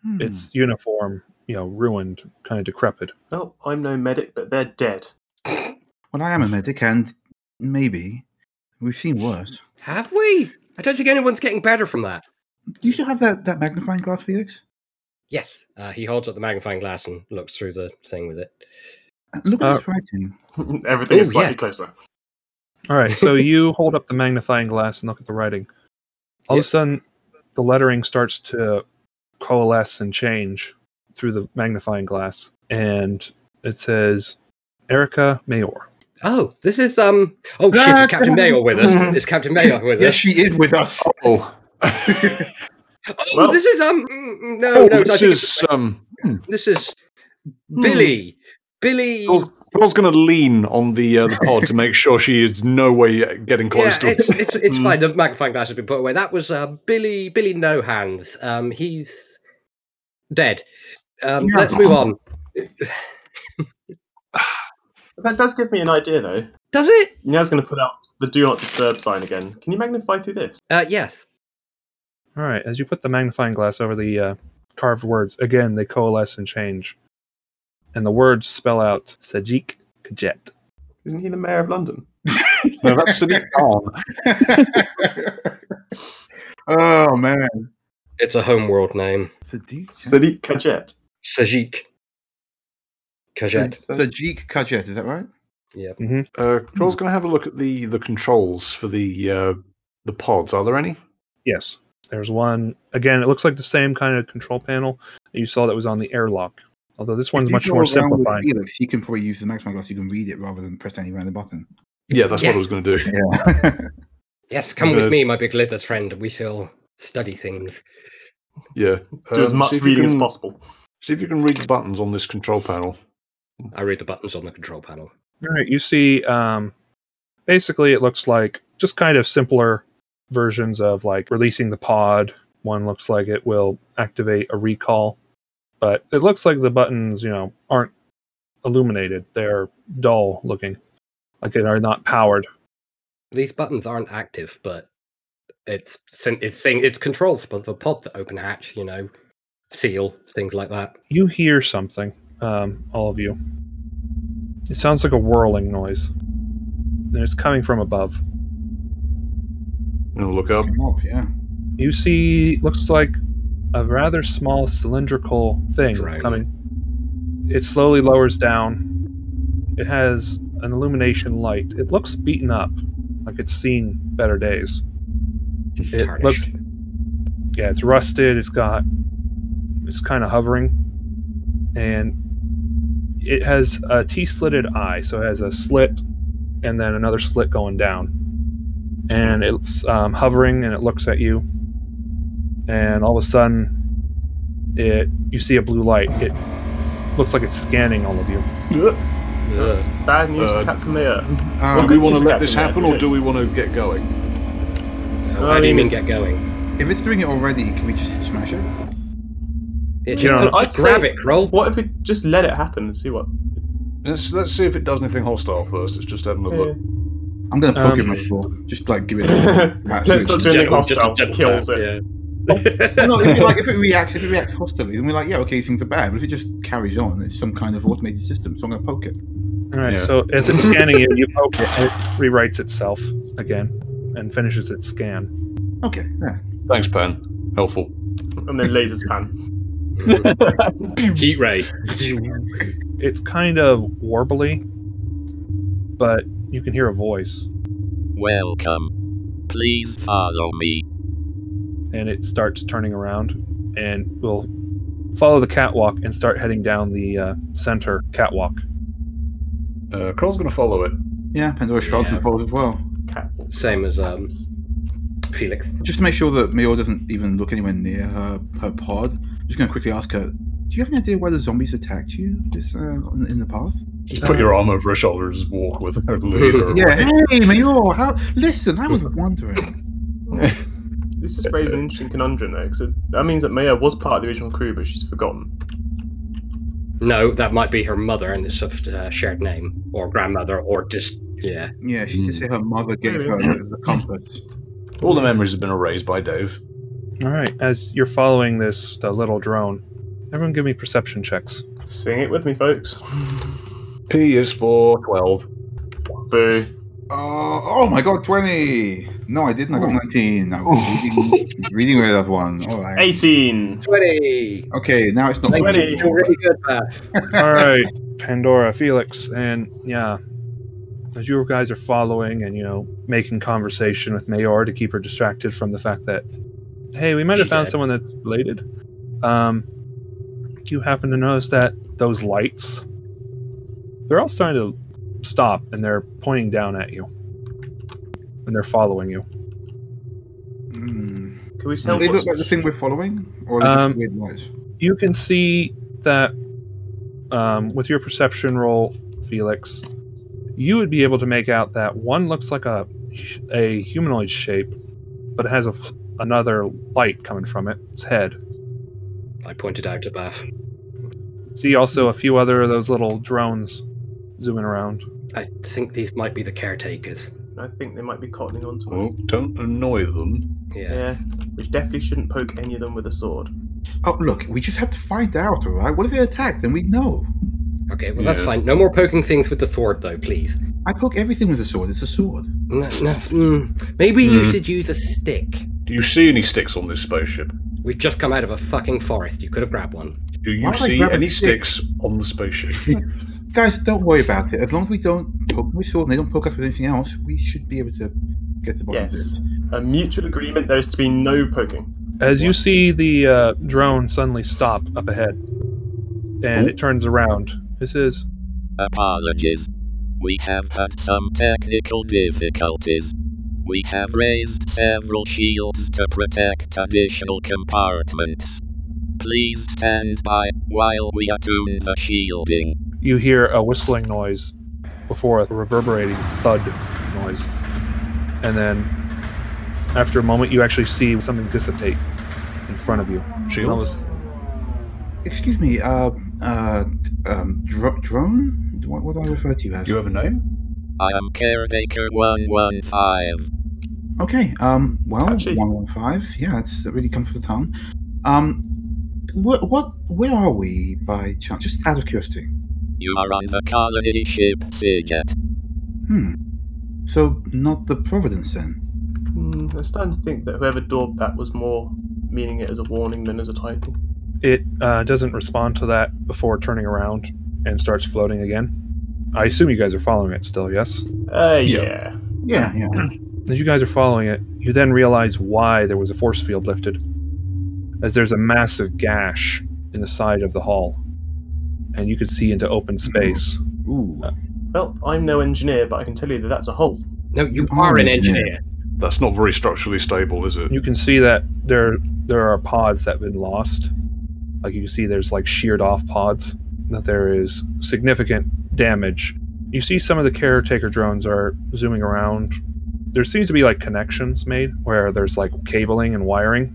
[SPEAKER 3] Hmm.
[SPEAKER 2] Its uniform, you know, ruined, kind of decrepit.
[SPEAKER 4] Well, I'm no medic, but they're dead.
[SPEAKER 3] well, I am a medic, and maybe we've seen worse.
[SPEAKER 5] Have we? I don't think anyone's getting better from that.
[SPEAKER 3] Do you still have that, that magnifying glass, Felix?
[SPEAKER 5] Yes. Uh, he holds up the magnifying glass and looks through the thing with it.
[SPEAKER 3] Uh, Look at
[SPEAKER 2] Uh,
[SPEAKER 3] this writing.
[SPEAKER 4] Everything is
[SPEAKER 5] Oh,
[SPEAKER 4] slightly
[SPEAKER 5] yes.
[SPEAKER 4] closer.
[SPEAKER 2] All right, so you hold up the magnifying glass and look at the writing. All of a
[SPEAKER 5] Yeah.
[SPEAKER 2] sudden, the lettering starts to coalesce and change through the magnifying glass, and it says Erica Mayor.
[SPEAKER 5] Oh, this is um. Oh shit! Is Captain Mayor with us? Is Captain Mayor with
[SPEAKER 3] Yes,
[SPEAKER 5] us?
[SPEAKER 3] she is with us.
[SPEAKER 1] Oh.
[SPEAKER 5] Oh,
[SPEAKER 4] Well-
[SPEAKER 5] this is um. mm, mm, No,
[SPEAKER 6] Oh,
[SPEAKER 5] no, I
[SPEAKER 6] this
[SPEAKER 5] think it's-
[SPEAKER 6] is. Um,
[SPEAKER 5] this is Billy. Billy.
[SPEAKER 6] Paul- Paul's going to lean on the uh, the pod to make sure she is no way getting
[SPEAKER 5] Yeah,
[SPEAKER 6] close to
[SPEAKER 5] it's
[SPEAKER 6] us.
[SPEAKER 5] it's it's
[SPEAKER 4] Mm.
[SPEAKER 5] fine. The magnifying glass has been put away. That was uh, Billy Billy No Hands. Um, he's dead. Um,
[SPEAKER 3] Yeah.
[SPEAKER 5] let's move on.
[SPEAKER 4] But that does give me an idea, though.
[SPEAKER 5] Does it?
[SPEAKER 4] Nya's gonna put out the do not disturb sign again. Can you magnify through this?
[SPEAKER 5] Uh, yes.
[SPEAKER 2] All right, as you put the magnifying glass over the uh, carved words, again they coalesce and change, and the words spell out Sajik Kajet.
[SPEAKER 4] Isn't he the mayor of London?
[SPEAKER 6] No, that's Sadiq Khan.
[SPEAKER 3] oh man,
[SPEAKER 5] It's a homeworld name.
[SPEAKER 3] Sadiq,
[SPEAKER 4] Sadiq Kajet.
[SPEAKER 5] Sajik. Kajet.
[SPEAKER 3] Sadiq Kajet, is that right?
[SPEAKER 6] Uh, Paul's going to have a look at the the controls for the uh, the pods. Are there any?
[SPEAKER 2] Yes, there's one again. It looks like the same kind of control panel that you saw that was on the airlock, although this one's
[SPEAKER 3] If you
[SPEAKER 2] much
[SPEAKER 3] go
[SPEAKER 2] more
[SPEAKER 3] around with
[SPEAKER 2] simplified.
[SPEAKER 3] Felix, you can probably use the magnifying glass. You can read it rather than press any random button.
[SPEAKER 6] Yeah, that's what
[SPEAKER 5] Yeah.
[SPEAKER 6] I was going to do.
[SPEAKER 3] Yeah.
[SPEAKER 5] Yes, come
[SPEAKER 6] Uh,
[SPEAKER 5] with me, my big lizard friend. We shall study things.
[SPEAKER 6] Yeah,
[SPEAKER 4] Do as
[SPEAKER 6] Um,
[SPEAKER 4] much
[SPEAKER 6] see if you
[SPEAKER 4] reading as
[SPEAKER 6] can-
[SPEAKER 4] possible.
[SPEAKER 6] See if you can read the buttons on this control panel.
[SPEAKER 5] I read the buttons on the control panel.
[SPEAKER 2] All right, you see, um, basically, it looks like just kind of simpler versions of like releasing the pod. One looks like it will activate a recall, but it looks like the buttons, you know, aren't illuminated. They're dull looking, like they are not powered.
[SPEAKER 5] These buttons aren't active, but it's syn- it's saying it's controls for the pod to open hatch, you know, seal things like that.
[SPEAKER 2] You hear something, um, all of you. It sounds like a whirling noise, and it's coming from above.
[SPEAKER 6] I'll look up.
[SPEAKER 3] Come up, yeah.
[SPEAKER 2] You see, looks like a rather small cylindrical thing
[SPEAKER 5] Dragon.
[SPEAKER 2] coming. It slowly lowers down. It has an illumination light. It looks beaten up, like it's seen better days. It
[SPEAKER 5] Tarnished.
[SPEAKER 2] looks, yeah, it's rusted. It's got, it's kind of hovering, and it has a T-slitted eye. So it has a slit, and then another slit going down, and it's um, hovering, and it looks at you, and all of a sudden, it you see a blue light. It looks like it's scanning all of you.
[SPEAKER 6] Uh,
[SPEAKER 5] Ugh.
[SPEAKER 4] Bad news
[SPEAKER 6] Uh,
[SPEAKER 4] for Captain Mayor.
[SPEAKER 6] do
[SPEAKER 3] Um,
[SPEAKER 6] we
[SPEAKER 4] good
[SPEAKER 6] want to
[SPEAKER 4] news,
[SPEAKER 6] let this
[SPEAKER 4] Captain,
[SPEAKER 6] happen,
[SPEAKER 4] that
[SPEAKER 6] or do we want to get going?
[SPEAKER 5] How do you mean
[SPEAKER 4] it's-
[SPEAKER 5] get going?
[SPEAKER 3] if it's doing it already, can we just smash it?
[SPEAKER 5] Yeah, just,
[SPEAKER 2] You know,
[SPEAKER 5] put- just
[SPEAKER 4] I'd
[SPEAKER 5] grab
[SPEAKER 4] say-
[SPEAKER 5] it, roll.
[SPEAKER 4] What if we just let it happen and see what?
[SPEAKER 6] Let's let's see if it does anything hostile first. It's just having a look.
[SPEAKER 4] Hmm.
[SPEAKER 3] I'm gonna poke
[SPEAKER 2] Um,
[SPEAKER 3] him with the ball. Just like give it.
[SPEAKER 4] Let's not do anything
[SPEAKER 5] General- just a
[SPEAKER 4] hostile.
[SPEAKER 5] general
[SPEAKER 4] Kills
[SPEAKER 5] tap,
[SPEAKER 4] it.
[SPEAKER 5] yeah.
[SPEAKER 3] no, if it, like if it reacts, if it reacts hostilely, then we're like, yeah, okay, things are bad. But if it just carries on, it's some kind of automated system. So I'm gonna poke it.
[SPEAKER 2] All right.
[SPEAKER 6] Yeah.
[SPEAKER 2] So as it's scanning it, you poke it, and it rewrites itself again and finishes its scan.
[SPEAKER 3] Okay, yeah.
[SPEAKER 6] Thanks, Pan. Helpful.
[SPEAKER 4] And then lasers pan.
[SPEAKER 5] Heat ray.
[SPEAKER 2] It's kind of warbly, but you can hear a voice,
[SPEAKER 9] Welcome. Please follow me.
[SPEAKER 2] and it starts turning around, and will follow the catwalk and start heading down the uh, center catwalk.
[SPEAKER 6] Uh, Kroll's going to follow it.
[SPEAKER 3] Yeah, Pandora shrugs
[SPEAKER 5] Yeah.
[SPEAKER 3] and falls as well.
[SPEAKER 4] Cat.
[SPEAKER 5] Same as um, Felix.
[SPEAKER 3] Just to make sure that Mayor doesn't even look anywhere near her, her pod, I'm just gonna quickly ask her, do you have any idea why the zombies attacked you this uh, in, in the path?
[SPEAKER 6] Just put your arm over her shoulder and just walk with her. lead her
[SPEAKER 3] Yeah,
[SPEAKER 6] away.
[SPEAKER 3] hey Mayor, how listen, I was wondering.
[SPEAKER 4] This has raised an interesting conundrum though, because that means that Maya was part of the original crew, but she's forgotten.
[SPEAKER 5] No, that might be her mother, and it's a uh, shared name, or grandmother, or just yeah.
[SPEAKER 3] Yeah, she did say her mother gave her the, the compass.
[SPEAKER 6] All the memories have been erased by Dave.
[SPEAKER 2] All right. As you're following this uh, little drone, everyone give me perception checks.
[SPEAKER 4] Sing it with me, folks.
[SPEAKER 6] P is for 12.
[SPEAKER 4] Boo.
[SPEAKER 3] Uh, oh my god, 20! No, I didn't, I got 19. I was reading, reading with that one. All right.
[SPEAKER 4] 18.
[SPEAKER 5] Twenty.
[SPEAKER 3] Okay, now it's not
[SPEAKER 5] Thank
[SPEAKER 4] Twenty.
[SPEAKER 5] you. You're really good, Bath.
[SPEAKER 2] All right, Pandora, Felix, and yeah, as you guys are following and you know making conversation with Mayor to keep her distracted from the fact that hey, we might have
[SPEAKER 5] She's
[SPEAKER 2] found
[SPEAKER 5] dead.
[SPEAKER 2] someone that's related. Um, you happen to notice that those lights, they're all starting to stop and they're pointing down at you, and they're following you.
[SPEAKER 3] Hmm.
[SPEAKER 4] Can we
[SPEAKER 3] Do
[SPEAKER 4] tell
[SPEAKER 3] they
[SPEAKER 4] what's
[SPEAKER 3] look like the thing we're following? Or are they
[SPEAKER 2] Um,
[SPEAKER 3] just weird noise?
[SPEAKER 2] you can see that um, with your perception roll, Felix, you would be able to make out that one looks like a a humanoid shape, but it has a f- another light coming from it, its head.
[SPEAKER 5] I pointed out to Bath.
[SPEAKER 2] See also a few other of those little drones zooming around.
[SPEAKER 5] I think these might be the caretakers.
[SPEAKER 4] I think they might be cottoning onto
[SPEAKER 3] Oh.
[SPEAKER 4] it.
[SPEAKER 6] Well, Oh, don't annoy them.
[SPEAKER 5] Yes.
[SPEAKER 4] Yeah. We definitely shouldn't poke any of them with a sword.
[SPEAKER 3] Oh, look, we just have to find out, all right? What if it attacked? Then we know.
[SPEAKER 5] Okay, well that's
[SPEAKER 6] Yeah.
[SPEAKER 5] fine. No more poking things with the sword, though, please.
[SPEAKER 3] I poke everything with a sword. It's a sword.
[SPEAKER 5] No, no, mm. Maybe you
[SPEAKER 6] Mm.
[SPEAKER 5] should use a stick.
[SPEAKER 6] Do you see any sticks on this spaceship?
[SPEAKER 5] We've just come out of a fucking forest. You could have grabbed one.
[SPEAKER 6] Do
[SPEAKER 3] Why
[SPEAKER 6] you
[SPEAKER 3] would I
[SPEAKER 6] see
[SPEAKER 3] grab a
[SPEAKER 6] any
[SPEAKER 3] stick?
[SPEAKER 6] sticks on the spaceship?
[SPEAKER 3] Guys, don't worry about it. As long as we don't poke them with sword and they don't poke us with anything else, we should be able to get the bottom of
[SPEAKER 4] Yes.
[SPEAKER 3] this.
[SPEAKER 4] A mutual agreement there is to be no poking.
[SPEAKER 2] As you see the uh, drone suddenly stop up ahead, and it turns around. It says,
[SPEAKER 9] Apologies. We have had some technical difficulties. We have raised several shields to protect additional compartments. Please stand by while we attune the shielding.
[SPEAKER 2] you hear a whistling noise before a reverberating thud noise. and then after a moment, you actually see something dissipate in front of you. And that
[SPEAKER 6] Shield?
[SPEAKER 2] was
[SPEAKER 3] Excuse me, uh, uh, um, dro- drone? What, what do I refer to you as?
[SPEAKER 1] Do you have a name?
[SPEAKER 9] I am Caretaker 115.
[SPEAKER 3] Okay. Um. Well,
[SPEAKER 4] Catchy.
[SPEAKER 3] one one five. Yeah, it's, it really comes to the tongue. Um. What? What? Where are we by chance? Just out of curiosity.
[SPEAKER 9] You are on the colony ship Siget.
[SPEAKER 3] Hmm. So not the Providence then?
[SPEAKER 4] Hmm, I'm starting to think that whoever daubed that was more meaning it as a warning than as a title.
[SPEAKER 2] it uh, doesn't respond to that before turning around and starts floating again. I assume you guys are following it still, yes?
[SPEAKER 4] Uh,
[SPEAKER 1] Yeah.
[SPEAKER 4] yeah.
[SPEAKER 3] Yeah. Yeah.
[SPEAKER 2] As you guys are following it, you then realize why there was a force field lifted, as there's a massive gash in the side of the hull, and you could see into open space.
[SPEAKER 3] Ooh.
[SPEAKER 4] Well, I'm no engineer, but I can tell you that that's a hole.
[SPEAKER 5] No, you
[SPEAKER 3] You
[SPEAKER 5] are
[SPEAKER 3] are
[SPEAKER 5] an
[SPEAKER 3] an engineer.
[SPEAKER 5] engineer.
[SPEAKER 6] That's not very structurally stable, is it?
[SPEAKER 2] You can see that there there are pods that have been lost. Like you can see there's like sheared off pods, that there is significant damage. You see some of the caretaker drones are zooming around. There seems to be like connections made where there's like cabling and wiring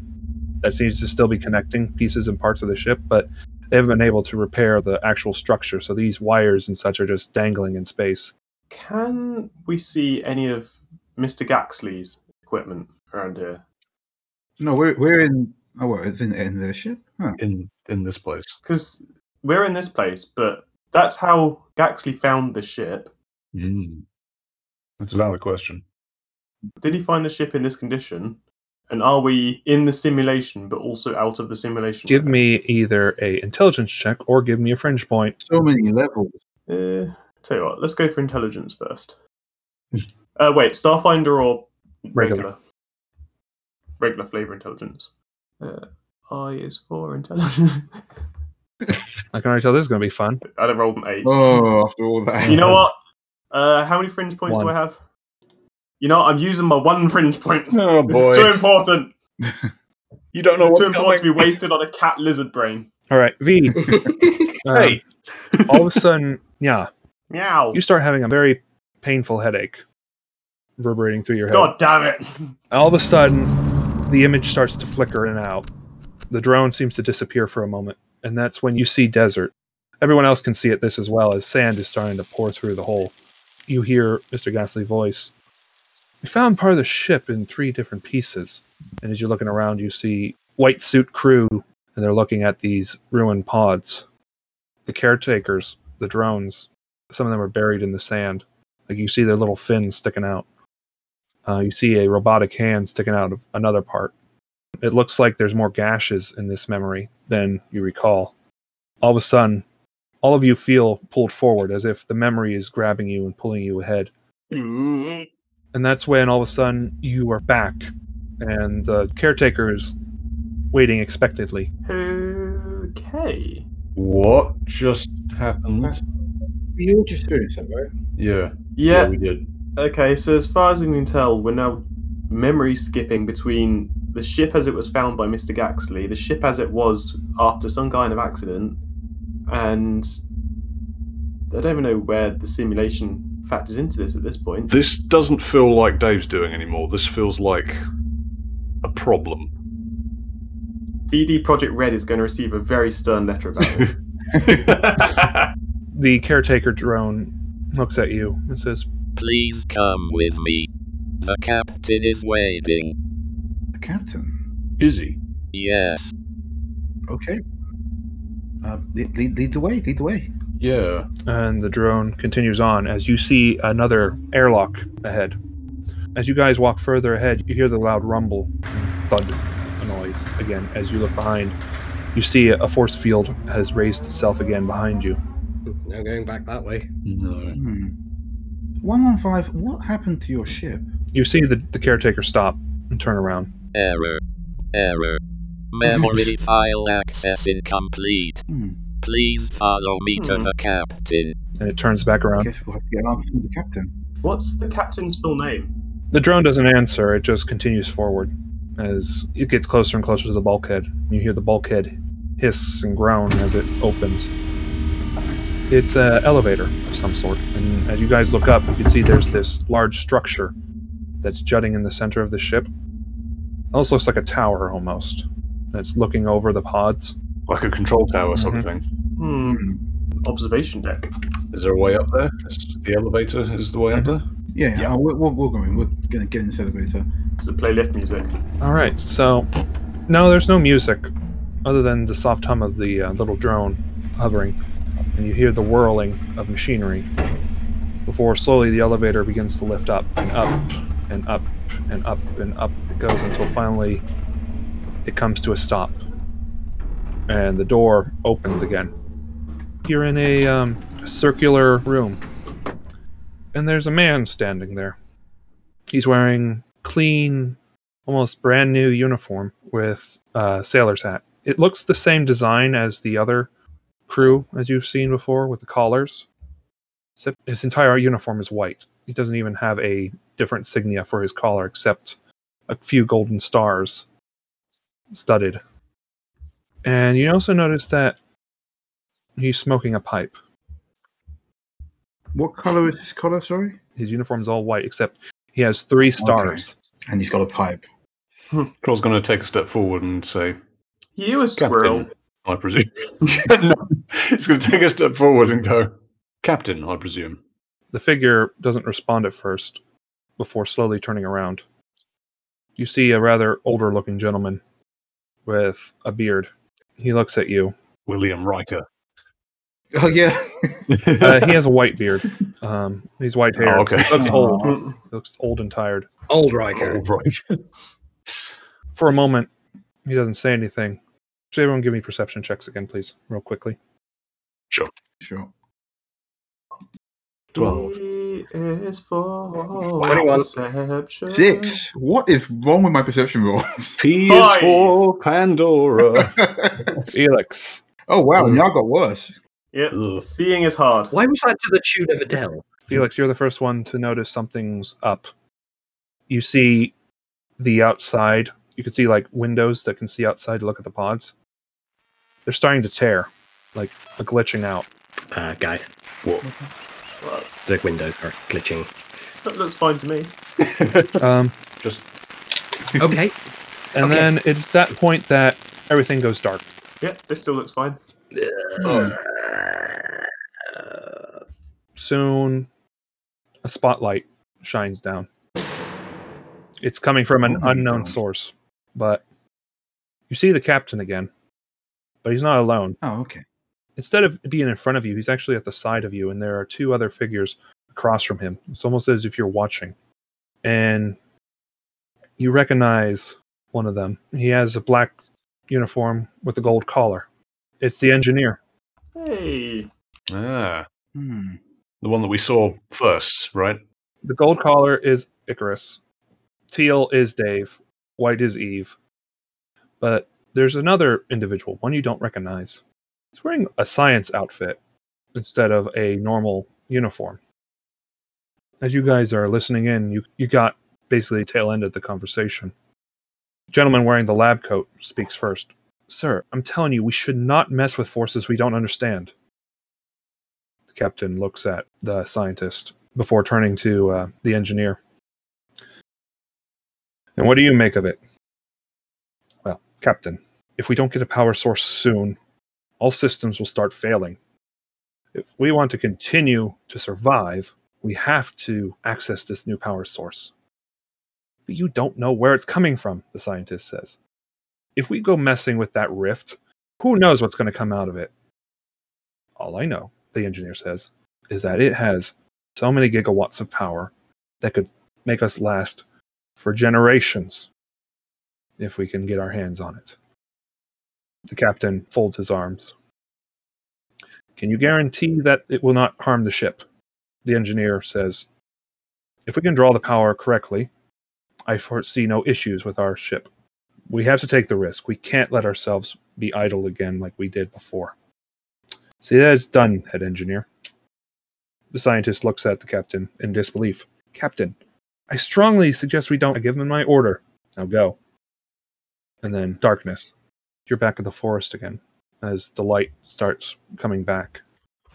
[SPEAKER 2] that seems to still be connecting pieces and parts of the ship, but they haven't been able to repair the actual structure, so these wires and such are just dangling in space.
[SPEAKER 4] Can we see any of Mr. Gaxley's equipment around here?
[SPEAKER 3] No, we're we're in. Oh, well, it's in, in their ship. Huh.
[SPEAKER 6] In in this place.
[SPEAKER 4] Because we're in this place, but that's how Gaxley found the ship.
[SPEAKER 1] Mm. That's a valid question.
[SPEAKER 4] Did he find the ship in this condition? And are we in the simulation, but also out of the simulation?
[SPEAKER 2] Give me either a intelligence check or give me a fringe point.
[SPEAKER 3] So many levels.
[SPEAKER 4] Uh, tell you what, let's go for intelligence first. uh, wait, Starfinder or regular?
[SPEAKER 2] Regular.
[SPEAKER 4] Regular flavor intelligence. Uh, I is for intelligence.
[SPEAKER 2] I can already tell this is going to be fun.
[SPEAKER 4] I don't roll an eight.
[SPEAKER 3] Oh, after all that.
[SPEAKER 4] You know what? Uh, how many fringe points do I
[SPEAKER 2] One.
[SPEAKER 4] have? You know, I'm using my one fringe point.
[SPEAKER 1] Oh
[SPEAKER 4] This is too important.
[SPEAKER 1] You don't
[SPEAKER 4] This is too important to be wasted on a cat lizard brain.
[SPEAKER 2] All right, V. um,
[SPEAKER 1] Hey.
[SPEAKER 2] all of a sudden, yeah,
[SPEAKER 4] Meow.
[SPEAKER 2] you start having a very painful headache reverberating through your head.
[SPEAKER 4] God damn it.
[SPEAKER 2] All of a sudden, the image starts to flicker in and out. The drone seems to disappear for a moment, and that's when you see desert. Everyone else can see it this as well as sand is starting to pour through the hole. You hear Mr. Ghastly's voice. We found part of the ship in three different pieces. And as you're looking around, you see white suit crew, and they're looking at these ruined pods. The caretakers, the drones, some of them are buried in the sand. Like you see their little fins sticking out. Uh, you see a robotic hand sticking out of another part. It looks like there's more gashes in this memory than you recall. All of a sudden, all of you feel pulled forward as if the memory is grabbing you and pulling you ahead. And that's when all of a sudden you are back, and the caretaker is waiting expectantly.
[SPEAKER 4] Okay.
[SPEAKER 1] What just happened?
[SPEAKER 3] You all just doing that, right?
[SPEAKER 1] Yeah.
[SPEAKER 4] Yeah,
[SPEAKER 1] we did.
[SPEAKER 4] okay, so as far as we can tell, we're now memory skipping between the ship as it was found by Mr. Gaxley, the ship as it was after some kind of accident, and I don't even know where the simulation factors into this at this point.
[SPEAKER 6] This doesn't feel like Dave's doing anymore. This feels like a problem.
[SPEAKER 4] CD Project Red is going to receive a very stern letter about this.
[SPEAKER 2] The caretaker drone looks at you and says,
[SPEAKER 9] Please come with me. The captain is waiting.
[SPEAKER 3] The captain.
[SPEAKER 6] Is he?
[SPEAKER 9] Yes.
[SPEAKER 3] Okay. Uh, lead, lead, lead the way. Lead the way.
[SPEAKER 1] Yeah.
[SPEAKER 2] and the drone continues on as you see another airlock ahead. As you guys walk further ahead, you hear the loud rumble, and thud a noise again. As you look behind, you see a force field has raised itself again behind you.
[SPEAKER 5] No going back that way.
[SPEAKER 1] No.
[SPEAKER 3] Hmm. One one five. What happened to your ship?
[SPEAKER 2] You see the, the caretaker stop and turn around.
[SPEAKER 9] Error. Error. Memory file access incomplete.
[SPEAKER 3] Hmm.
[SPEAKER 9] Please follow me to
[SPEAKER 4] Hmm.
[SPEAKER 9] the captain.
[SPEAKER 2] And it turns back
[SPEAKER 3] I
[SPEAKER 2] around.
[SPEAKER 3] guess we'll have to get an answer from the captain.
[SPEAKER 4] What's the captain's full name?
[SPEAKER 2] The drone doesn't answer, it just continues forward. As it gets closer and closer to the bulkhead, you hear the bulkhead hiss and groan as it opens. It's an elevator of some sort, and as you guys look up, you can see there's this large structure that's jutting in the center of the ship. Almost looks like a tower almost. That's looking over the pods.
[SPEAKER 1] Like a control tower sort of thing.
[SPEAKER 4] Hmm. Observation deck.
[SPEAKER 1] Is there a way up there? Is the elevator is the way up there?
[SPEAKER 3] Yeah, yeah. Uh, we're, we're, we're going. We're going to get in this elevator.
[SPEAKER 4] Does it play lift music?
[SPEAKER 2] All right, so no, there's no music other than the soft hum of the uh, little drone hovering, and you hear the whirling of machinery before slowly the elevator begins to lift up and up and up and up and up it goes until finally it comes to a stop and the door opens again. You're in a um, circular room, and there's a man standing there. He's wearing clean, almost brand new uniform with a sailor's hat. It looks the same design as the other crew as you've seen before with the collars. Except his entire uniform is white. He doesn't even have a different signia for his collar except a few golden stars studded. And you also notice that he's smoking a pipe.
[SPEAKER 3] What color is his collar? Sorry.
[SPEAKER 2] His uniform's all white except he has three stars.
[SPEAKER 3] And he's got a pipe.
[SPEAKER 1] Claw's going to take a step forward and say,
[SPEAKER 4] You a squirrel.
[SPEAKER 1] Captain, I presume. no, he's going to take a step forward and go, Captain, I presume.
[SPEAKER 2] The figure doesn't respond at first before slowly turning around. You see a rather older looking gentleman with a beard. He looks at you.
[SPEAKER 1] William Riker.
[SPEAKER 3] Oh yeah.
[SPEAKER 2] Uh, he has a white beard. Um, he's white
[SPEAKER 1] Oh,
[SPEAKER 2] hair.
[SPEAKER 1] okay.
[SPEAKER 2] He looks old. He looks old and tired.
[SPEAKER 5] Old Riker.
[SPEAKER 2] For a moment, he doesn't say anything. Should everyone give me perception checks again, please, real quickly?
[SPEAKER 3] sure.
[SPEAKER 1] 12.
[SPEAKER 4] He is for
[SPEAKER 5] 21.
[SPEAKER 4] perception.
[SPEAKER 3] Six. What is wrong with my perception rolls?
[SPEAKER 1] P is
[SPEAKER 4] Five.
[SPEAKER 1] for Pandora.
[SPEAKER 2] Felix.
[SPEAKER 3] oh wow, now I got worse.
[SPEAKER 4] Yep.
[SPEAKER 1] Ugh.
[SPEAKER 4] Seeing is hard.
[SPEAKER 5] Why was that to the tune of Adele?
[SPEAKER 2] Felix, you're the first one to notice something's up. You see the outside. You can see like windows that can see outside to look at the pods. They're starting to tear, like a glitching out.
[SPEAKER 5] Uh, guys,
[SPEAKER 4] Well,
[SPEAKER 5] the windows are glitching.
[SPEAKER 4] that looks fine to me.
[SPEAKER 2] Um,
[SPEAKER 1] Just
[SPEAKER 5] Okay,
[SPEAKER 2] and
[SPEAKER 5] Okay.
[SPEAKER 2] then it's that point that everything goes dark.
[SPEAKER 4] Yep, this still looks fine.
[SPEAKER 3] Oh.
[SPEAKER 5] Oh.
[SPEAKER 2] soon a spotlight shines down. It's coming from an
[SPEAKER 3] Oh my
[SPEAKER 2] unknown
[SPEAKER 3] God.
[SPEAKER 2] source, but you see the captain again, but he's not alone.
[SPEAKER 3] Oh okay.
[SPEAKER 2] Instead of being in front of you, he's actually at the side of you, and there are two other figures across from him. It's almost as if you're watching. And you recognize one of them. He has a black uniform with a gold collar. It's the engineer.
[SPEAKER 4] Hey.
[SPEAKER 1] ah,
[SPEAKER 3] Hmm.
[SPEAKER 1] the one that we saw first, right?
[SPEAKER 2] The gold collar is Icarus. Teal is Dave. White is Eve. But there's another individual, one you don't recognize. He's wearing a science outfit instead of a normal uniform. As you guys are listening in, you, you got basically tail end of the conversation. Gentleman wearing the lab coat speaks first. Sir, I'm telling you, we should not mess with forces we don't understand. The captain looks at the scientist before turning to uh, the engineer. And what do you make of it? Well, Captain, if we don't get a power source soon, all systems will start failing. If we want to continue to survive, we have to access this new power source. But you don't know where it's coming from, the scientist says. If we go messing with that rift, who knows what's going to come out of it? All I know, the engineer says, is that it has so many gigawatts of power that could make us last for generations if we can get our hands on it. The captain folds his arms. Can you guarantee that it will not harm the ship? The engineer says, If we can draw the power correctly, I foresee no issues with our ship. We have to take the risk. We can't let ourselves be idle again like we did before. See, that is done, head engineer. The scientist looks at the captain in disbelief. Captain, I strongly suggest we don't I give them my order. Now go. And then darkness. You're back in the forest again as the light starts coming back.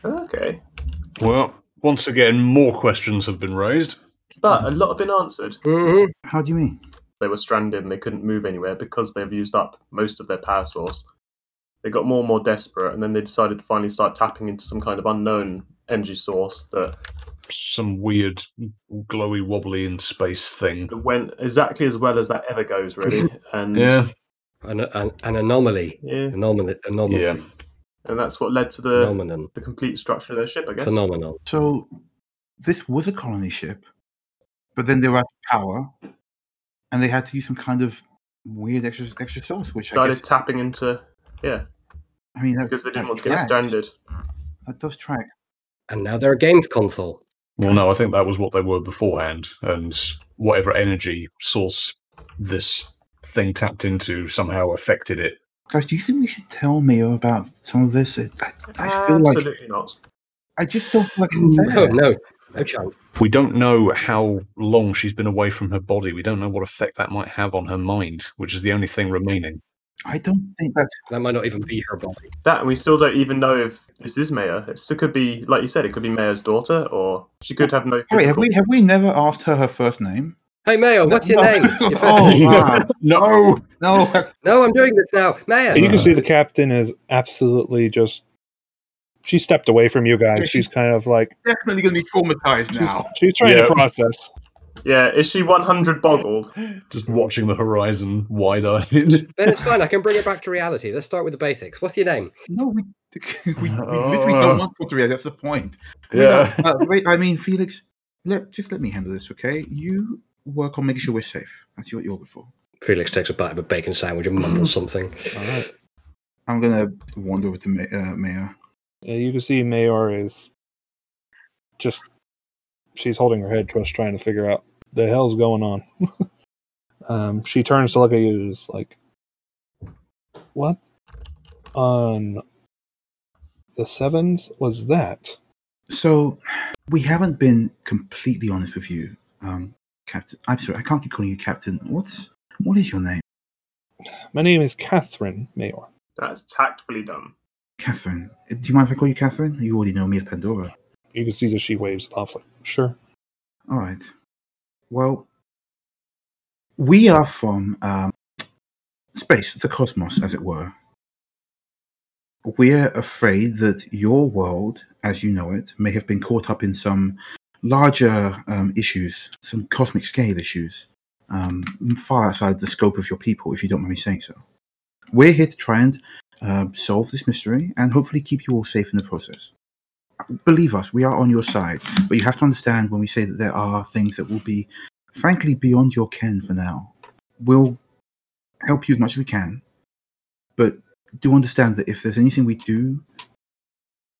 [SPEAKER 4] Okay.
[SPEAKER 1] Well, once again, more questions have been raised.
[SPEAKER 4] But a lot have been answered.
[SPEAKER 7] Mm-hmm.
[SPEAKER 3] How do you mean?
[SPEAKER 4] They were stranded and they couldn't move anywhere because they've used up most of their power source. They got more and more desperate, and then they decided to finally start tapping into some kind of unknown energy source that
[SPEAKER 1] Some weird, glowy, wobbly in space thing.
[SPEAKER 4] that went exactly as well as that ever goes, really. And
[SPEAKER 1] Yeah,
[SPEAKER 5] An, an, an anomaly.
[SPEAKER 4] yeah,
[SPEAKER 5] Anomaly. Anomaly.
[SPEAKER 1] yeah.
[SPEAKER 4] and that's what led to the
[SPEAKER 5] Phenomenon.
[SPEAKER 4] the complete structure of their ship, I guess.
[SPEAKER 5] Phenomenon.
[SPEAKER 3] So this was a colony ship, but then they were out of power, and they had to use some kind of weird extra extra source, which I
[SPEAKER 4] Started
[SPEAKER 3] guess
[SPEAKER 4] tapping into yeah
[SPEAKER 3] I mean that,
[SPEAKER 4] because they didn't
[SPEAKER 3] that
[SPEAKER 4] want to get
[SPEAKER 3] tracks.
[SPEAKER 4] stranded.
[SPEAKER 3] That does track.
[SPEAKER 5] And now they're a games console.
[SPEAKER 1] Well, no, I think that was what they were beforehand, and whatever energy source this thing tapped into somehow affected it.
[SPEAKER 3] Guys, do you think we should tell Mio about some of this? It, I, I feel like
[SPEAKER 4] Absolutely not.
[SPEAKER 3] I just don't feel like it's
[SPEAKER 5] No,
[SPEAKER 3] fair.
[SPEAKER 5] Oh, no, no chance.
[SPEAKER 1] We don't know how long she's been away from her body. We don't know what effect that might have on her mind, which is the only thing remaining.
[SPEAKER 3] I don't think that's
[SPEAKER 5] That might not even be her body.
[SPEAKER 4] That and we still don't even know if this is Maya. It still could be, like you said, it could be Maya's daughter, or she could have no.
[SPEAKER 3] Wait, have
[SPEAKER 4] physical-
[SPEAKER 3] we have we never asked her her first name?
[SPEAKER 5] Hey, Mayo, what's your
[SPEAKER 3] No.
[SPEAKER 5] name? Your first
[SPEAKER 3] oh,
[SPEAKER 5] name?
[SPEAKER 3] wow. no, no.
[SPEAKER 5] No, I'm doing this now. Mayo.
[SPEAKER 2] you can see the captain is absolutely just. She stepped away from you guys. She's kind of like
[SPEAKER 3] Definitely going to be traumatized
[SPEAKER 2] she's,
[SPEAKER 3] now.
[SPEAKER 2] she's trying
[SPEAKER 1] Yeah.
[SPEAKER 2] to process.
[SPEAKER 4] Yeah, is she 100 boggled?
[SPEAKER 1] Just watching the horizon wide eyed.
[SPEAKER 5] Then it's fine. I can bring it back to reality. Let's start with the basics. What's your name?
[SPEAKER 3] No, we we, we literally don't
[SPEAKER 1] Uh.
[SPEAKER 3] want to react. That's the point.
[SPEAKER 1] yeah.
[SPEAKER 3] Uh, wait, I mean, Felix, let just let me handle this, okay? You work on making sure we're safe. That's what you're good for.
[SPEAKER 5] Felix takes a bite of a bacon sandwich and mumbles something.
[SPEAKER 3] I'm gonna wander over to Ma- uh, Maya.
[SPEAKER 2] Yeah, you can see Mayor is just she's holding her head, just trying to figure out the hell's going on. um, she turns to look at you, and is like, "What on the sevens was that?"
[SPEAKER 3] So we haven't been completely honest with you, um, Captain. I'm sorry, I can't keep calling you Captain. What's what is your name,
[SPEAKER 2] My name is Catherine Mayor.
[SPEAKER 4] That's tactfully done.
[SPEAKER 3] Catherine? Uh, Do you mind if I call you Catherine? You already know me as Pandora.
[SPEAKER 2] You can see that she waves it off, like, "Sure."
[SPEAKER 3] All right. Well, we are from um, space, the cosmos, as it were. We're afraid that your world, as you know it, may have been caught up in some larger um, issues, some cosmic scale issues, um, far outside the scope of your people, if you don't mind me saying so. We're here to try and uh, solve this mystery and hopefully keep you all safe in the process believe us, we are on your side. But you have to understand when we say that there are things that will be, frankly, beyond your ken for now. We'll help you as much as we can, but do understand that if there's anything we do,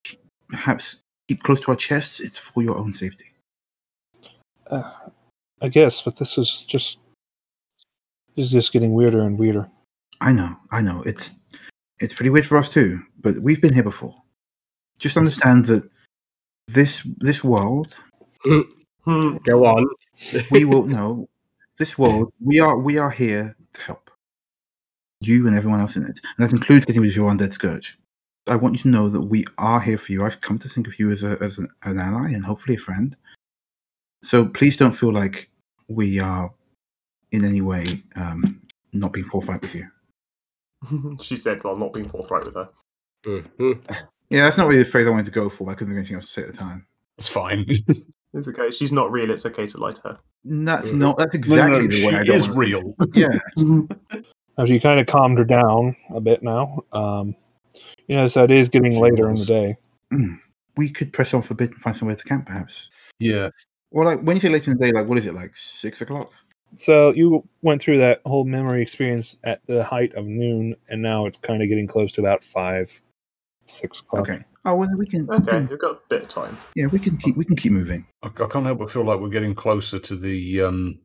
[SPEAKER 3] k- perhaps keep close to our chests. It's for your own safety.
[SPEAKER 2] Uh, I guess, but this is just this is just getting weirder and weirder.
[SPEAKER 3] I know, I know. It's it's pretty weird for us too, but we've been here before. Just understand that this this world
[SPEAKER 4] Hmm.
[SPEAKER 5] Go on.
[SPEAKER 3] we will know this world we are we are here to help you and everyone else in it and that includes getting rid of your undead scourge i want you to know that we are here for you i've come to think of you as, a, as an, an ally and hopefully a friend so please don't feel like we are in any way um, not being forthright with you
[SPEAKER 4] she said while not being forthright with her.
[SPEAKER 5] Mhm.
[SPEAKER 3] yeah that's not really the phrase i wanted to go for but i couldn't think of anything else to say at the time
[SPEAKER 1] It's fine.
[SPEAKER 4] It's okay. She's not real. It's okay to lie to her.
[SPEAKER 3] that's
[SPEAKER 5] Mm.
[SPEAKER 3] not that's
[SPEAKER 1] Uh, No, no,
[SPEAKER 3] exactly the
[SPEAKER 1] she
[SPEAKER 3] way i
[SPEAKER 1] is
[SPEAKER 3] don't want
[SPEAKER 1] real.
[SPEAKER 3] to- yeah
[SPEAKER 2] Now she kind of calmed her down a bit now. Um, you know, so it is getting
[SPEAKER 1] She
[SPEAKER 2] later in the
[SPEAKER 1] was.
[SPEAKER 2] day.
[SPEAKER 3] we could press on for a bit and find somewhere to camp perhaps
[SPEAKER 1] Yeah.
[SPEAKER 3] or like when you say later in the day like what is it like six o'clock
[SPEAKER 2] So you went through that whole memory experience at the height of noon, and now it's kind of getting close to about five, six o'clock.
[SPEAKER 3] Okay. Oh well, we can. we
[SPEAKER 4] Okay,
[SPEAKER 3] can-
[SPEAKER 4] we've got a bit of time.
[SPEAKER 3] yeah, we can keep. We can keep moving.
[SPEAKER 1] I, I can't help but feel like we're getting closer to the um,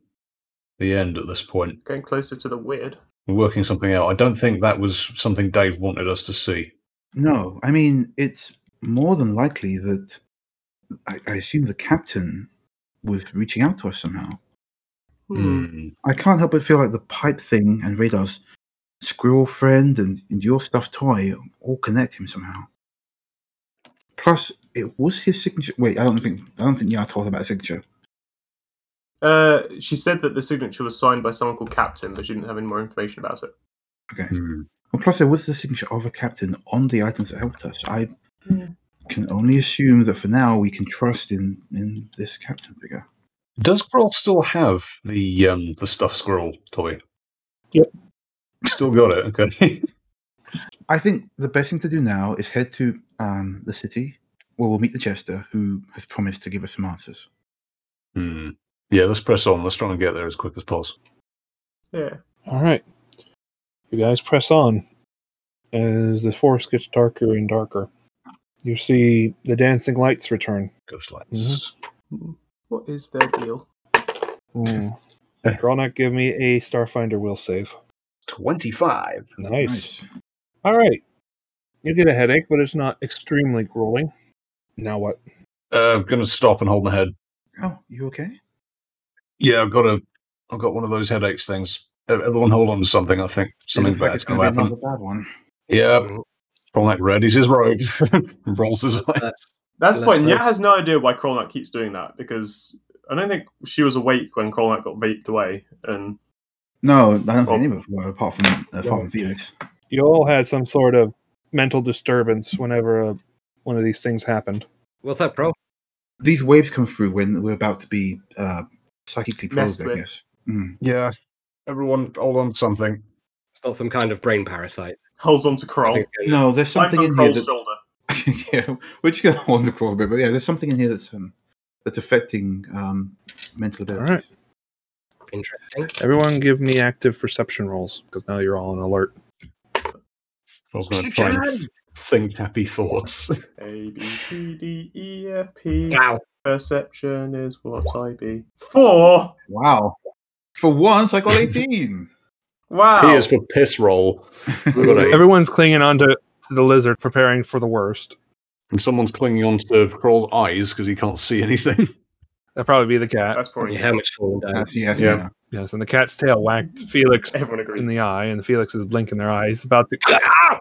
[SPEAKER 1] the end at this point.
[SPEAKER 4] Getting closer to the weird.
[SPEAKER 1] We're working something out. I don't think that was something Dave wanted us to see.
[SPEAKER 3] No, I mean it's more than likely that I, I assume the captain was reaching out to us somehow.
[SPEAKER 4] Hmm.
[SPEAKER 3] I can't help but feel like the pipe thing and Radar's squirrel friend and, and your stuffed toy all connect him somehow. Plus, it was his signature. Wait, I don't think I don't think Yar told about his signature.
[SPEAKER 4] Uh, she said that the signature was signed by someone called Captain, but she didn't have any more information about it.
[SPEAKER 1] Hmm.
[SPEAKER 3] Okay. Well, plus, there was the signature of a captain on the items that helped us. I
[SPEAKER 4] Hmm.
[SPEAKER 3] can only assume that for now we can trust in in this captain figure.
[SPEAKER 1] Does Groll still have the um, the stuffed squirrel toy?
[SPEAKER 2] Yep.
[SPEAKER 1] Still got it. Okay.
[SPEAKER 3] I think the best thing to do now is head to um, the city, where we'll meet the jester who has promised to give us some answers.
[SPEAKER 1] Hmm. Yeah, let's press on. Let's try and get there as quick as possible.
[SPEAKER 4] Yeah.
[SPEAKER 2] All right. You guys press on. As the forest gets darker and darker, you see the dancing lights return.
[SPEAKER 1] Ghost lights.
[SPEAKER 4] What is their deal?
[SPEAKER 2] Ooh. Gronak, give me a Starfinder will save.
[SPEAKER 1] Twenty-five.
[SPEAKER 2] nice. All right. You get a headache, but it's not extremely grueling. Now what?
[SPEAKER 1] Uh, I'm gonna stop and hold my head.
[SPEAKER 3] Oh, you okay?
[SPEAKER 1] Yeah, I've got a, I've got one of those headaches things. E- Everyone, hold on to something. I think something
[SPEAKER 3] Looks like
[SPEAKER 1] bad's
[SPEAKER 3] it's
[SPEAKER 1] going
[SPEAKER 3] going
[SPEAKER 1] to
[SPEAKER 3] to be
[SPEAKER 1] happen.
[SPEAKER 3] another bad one.
[SPEAKER 1] Yeah, Cromlech readies his robe, and rolls his eyes.
[SPEAKER 4] That's the
[SPEAKER 5] Well,
[SPEAKER 4] point. Nya
[SPEAKER 5] that's it.
[SPEAKER 4] has no idea why Krolnak keeps doing that because I don't think she was awake when Krolnak got vaped away. And
[SPEAKER 3] No, I don't
[SPEAKER 4] Oh.
[SPEAKER 3] think any of us were, apart from uh, apart from Felix.
[SPEAKER 2] You all had some sort of mental disturbance whenever uh one of these things happened.
[SPEAKER 5] What's up, bro?
[SPEAKER 3] These waves come through when we're about to be uh, psychically
[SPEAKER 4] Messed
[SPEAKER 3] probed, I
[SPEAKER 4] with.
[SPEAKER 3] guess. Mm.
[SPEAKER 1] Yeah, everyone, hold on to something.
[SPEAKER 5] It's not some kind of brain parasite.
[SPEAKER 4] holds on to
[SPEAKER 5] I
[SPEAKER 4] Krol.
[SPEAKER 5] think it's
[SPEAKER 3] No, there's
[SPEAKER 4] Climbs
[SPEAKER 3] something
[SPEAKER 4] on
[SPEAKER 3] in here
[SPEAKER 4] Krol's
[SPEAKER 3] that's
[SPEAKER 4] shoulder.
[SPEAKER 3] yeah, we're just gonna on the crawl a bit, but yeah, there's something in here that's um, that's affecting um, mental abilities.
[SPEAKER 2] Alright.
[SPEAKER 5] interesting.
[SPEAKER 2] Everyone give me active perception rolls, because now you're all on alert.
[SPEAKER 1] I was going to try and think happy thoughts.
[SPEAKER 4] A B C D E F P.
[SPEAKER 5] Wow.
[SPEAKER 4] Perception is what I be. Four.
[SPEAKER 3] Wow. For once, I got 18.
[SPEAKER 4] Wow.
[SPEAKER 1] P is for piss roll. I got eight.
[SPEAKER 2] Everyone's clinging onto to the lizard, preparing for the worst.
[SPEAKER 1] And someone's clinging on to Kroll's eyes because he can't see anything.
[SPEAKER 2] That'd probably be the cat.
[SPEAKER 4] That's probably
[SPEAKER 5] Yeah, how much falling down?
[SPEAKER 3] That's, yeah,
[SPEAKER 1] Yeah.
[SPEAKER 3] yeah.
[SPEAKER 2] Yes, and the cat's tail whacked Felix
[SPEAKER 4] everyone
[SPEAKER 2] in
[SPEAKER 4] agrees.
[SPEAKER 2] the eye, and Felix is blinking their eyes about to. Ah!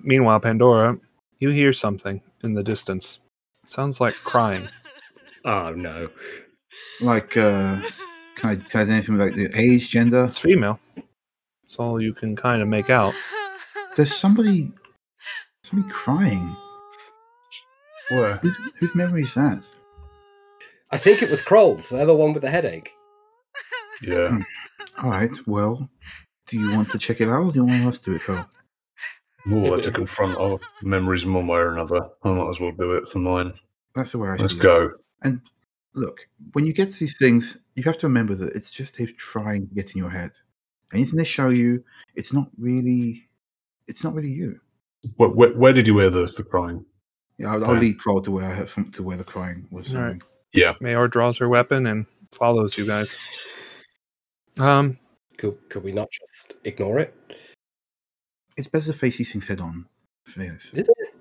[SPEAKER 2] Meanwhile, Pandora, you hear something in the distance. Sounds like crying.
[SPEAKER 5] Oh no.
[SPEAKER 3] Like, uh, can I tell anything like the age, gender?
[SPEAKER 2] It's female. That's all you can kind of make out.
[SPEAKER 3] There's somebody, somebody crying.
[SPEAKER 1] Where?
[SPEAKER 3] Whose, whose memory is that?
[SPEAKER 5] I think it was Krolls. They're the one with the headache.
[SPEAKER 1] Yeah.
[SPEAKER 3] All right. Well, do you want to check it out, or do you want us to do it, Carl?
[SPEAKER 1] We'll have to confront our memories in one way or another. I might as well do it for mine.
[SPEAKER 3] That's the way I
[SPEAKER 1] Let's
[SPEAKER 3] see it.
[SPEAKER 1] go.
[SPEAKER 3] And look, when you get to these things, you have to remember that it's just they've trying to get in your head. Anything they show you, it's not really, it's not really you.
[SPEAKER 1] Where, where, where did you hear the, the crying?
[SPEAKER 3] Yeah, I'll, I'll
[SPEAKER 1] Okay.
[SPEAKER 3] lead Carl to where I heard from to where the crying was.
[SPEAKER 2] All right.
[SPEAKER 3] um,
[SPEAKER 2] Mayor draws her weapon and follows you guys. Um,
[SPEAKER 5] Could could we not just ignore it?
[SPEAKER 3] It's better to face these things head on. Yes.
[SPEAKER 5] Is it?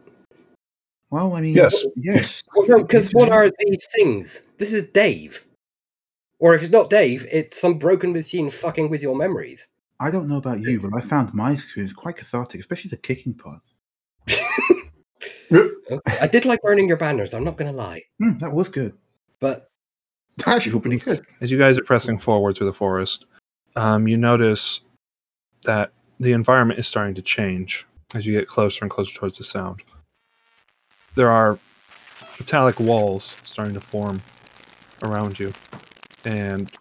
[SPEAKER 3] Well, I mean,
[SPEAKER 1] Yes.
[SPEAKER 3] yes.
[SPEAKER 5] Well, no, because what are these things? This is Dave. Or if it's not Dave, it's some broken machine fucking with your memories.
[SPEAKER 3] I don't know about you, but I found my experience quite cathartic, especially the kicking part.
[SPEAKER 5] Okay, I did like burning your banners. I'm not gonna lie,
[SPEAKER 3] Hmm, that was good.
[SPEAKER 5] but
[SPEAKER 3] I actually feel pretty good.
[SPEAKER 2] as you guys are pressing forward through the forest, um, you notice that the environment is starting to change as you get closer and closer towards the sound. There are metallic walls starting to form around you, and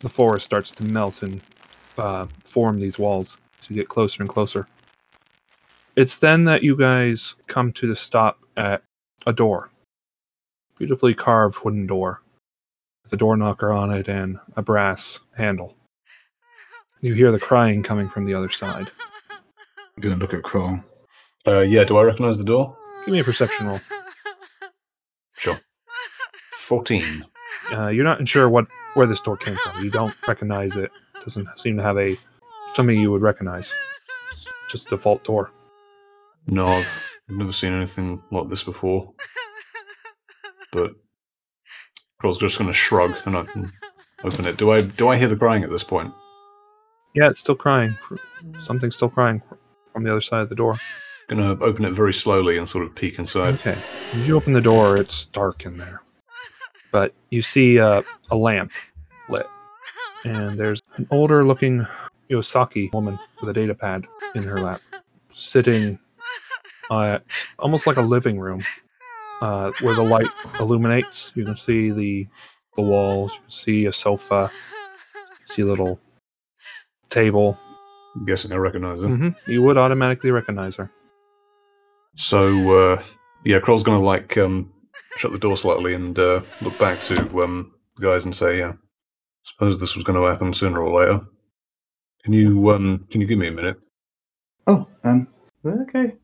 [SPEAKER 2] the forest starts to melt and uh, form these walls as you get closer and closer. It's then that you guys come to the stop at a door. Beautifully carved wooden door with a door knocker on it and a brass handle. You hear the crying coming from the other side.
[SPEAKER 3] I'm gonna look at Kroll.
[SPEAKER 1] Uh, yeah, do I recognize the door?
[SPEAKER 2] Give me a perception roll.
[SPEAKER 1] Sure. 14.
[SPEAKER 2] Uh, you're not sure what where this door came from. You don't recognize it. Doesn't seem to have a something you would recognize. It's just a default door.
[SPEAKER 1] No, I've never seen anything like this before. But Kroll's just going to shrug and I can open it. Do I do I hear the crying at this point?
[SPEAKER 2] Yeah, it's still crying. Something's still crying from the other side of the door.
[SPEAKER 1] Going to open it very slowly and sort of peek inside.
[SPEAKER 2] Okay. As you open the door, it's dark in there. but you see uh, a lamp lit, and there's an older looking Yosaki woman with a data pad in her lap, sitting at almost like a living room uh, where the light illuminates. You can see the the walls, you can see a sofa, you see a little table.
[SPEAKER 1] I'm guessing I recognise him.
[SPEAKER 2] hmm You would automatically recognize her.
[SPEAKER 1] So uh, yeah, Kroll's gonna like um, shut the door slightly and uh, look back to um, the guys and say, "Yeah, suppose this was going to happen sooner or later. Can you um, can you give me a minute?
[SPEAKER 3] Oh, um,
[SPEAKER 4] Okay.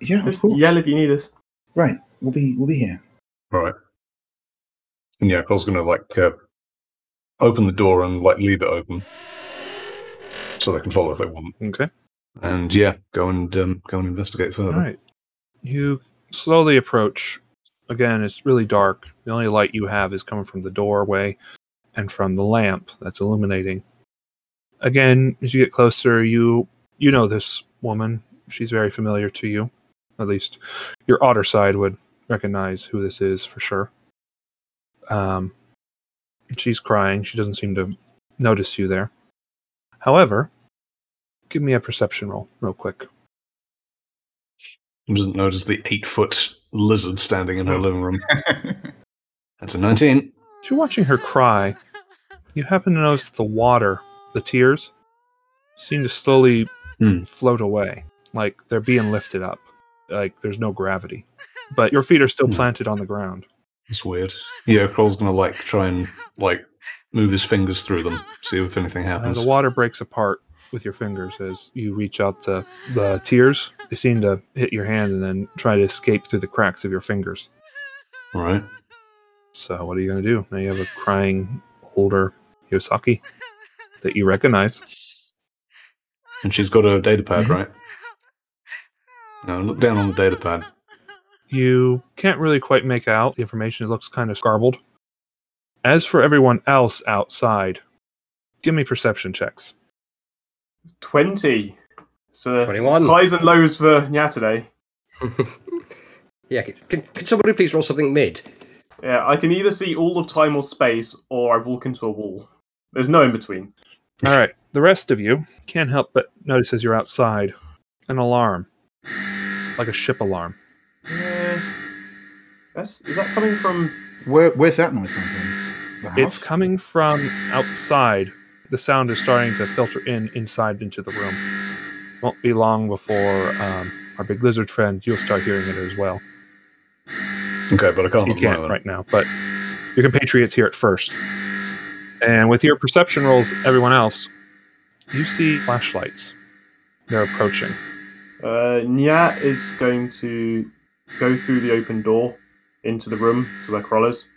[SPEAKER 3] yeah, of
[SPEAKER 4] Just
[SPEAKER 3] course.
[SPEAKER 4] yell if you need us.
[SPEAKER 3] Right, we'll be we'll be here.
[SPEAKER 1] All right." And yeah, Kroll's gonna like uh, open the door and like leave it open so they can follow if they want.
[SPEAKER 2] Okay.
[SPEAKER 1] And yeah, go and um, go and investigate
[SPEAKER 2] All
[SPEAKER 1] further.
[SPEAKER 2] right. You slowly approach. Again, it's really dark. The only light you have is coming from the doorway and from the lamp that's illuminating. Again, as you get closer, you you know this woman. She's very familiar to you. At least your otter side would recognize who this is for sure. Um, she's crying. She doesn't seem to notice you there. However, give me a perception roll real quick.
[SPEAKER 1] He doesn't notice the eight foot lizard standing in her living room. That's a 19.
[SPEAKER 2] As you're watching her cry, you happen to notice the water, the tears, seem to slowly
[SPEAKER 1] Hmm.
[SPEAKER 2] float away, like they're being lifted up, like there's no gravity. But your feet are still
[SPEAKER 1] Hmm.
[SPEAKER 2] planted on the ground.
[SPEAKER 1] It's weird. Yeah, Kroll's gonna like try and like move his fingers through them, see if anything
[SPEAKER 2] Uh,
[SPEAKER 1] happens.
[SPEAKER 2] the water breaks apart with your fingers as you reach out to the tears. They seem to hit your hand and then try to escape through the cracks of your fingers.
[SPEAKER 1] All right.
[SPEAKER 2] So, what are you going to do? Now you have a crying older Yosaki that you recognize.
[SPEAKER 1] And she's got a data pad,
[SPEAKER 2] Mhm.
[SPEAKER 1] right? Now look down on the data pad.
[SPEAKER 2] You can't really quite make out the information. It looks kind of garbled. As for everyone else outside, give me perception checks.
[SPEAKER 4] 20. So
[SPEAKER 5] 21.
[SPEAKER 4] it's highs and lows for Nya today.
[SPEAKER 5] yeah, c- can, could somebody please roll something mid?
[SPEAKER 4] Yeah, I can either see all of time or space, or I walk into a wall. There's no in between.
[SPEAKER 2] All right, the rest of you can't help but notice as you're outside an alarm, like a ship alarm.
[SPEAKER 4] Yeah. That's, is that coming from?
[SPEAKER 3] Where where's that noise coming from? The
[SPEAKER 2] It's
[SPEAKER 3] house?
[SPEAKER 2] coming from outside. The sound is starting to filter in inside into the room. Won't be long before um, our big lizard friend, you'll start hearing it as well.
[SPEAKER 1] Okay, but I can't.
[SPEAKER 2] you
[SPEAKER 1] at the
[SPEAKER 2] can't
[SPEAKER 1] moment.
[SPEAKER 2] right now, but your compatriots hear it first. And with your perception rolls, everyone else, you see flashlights. They're approaching.
[SPEAKER 4] Uh, Nya is going to go through the open door into the room to where Kroll is.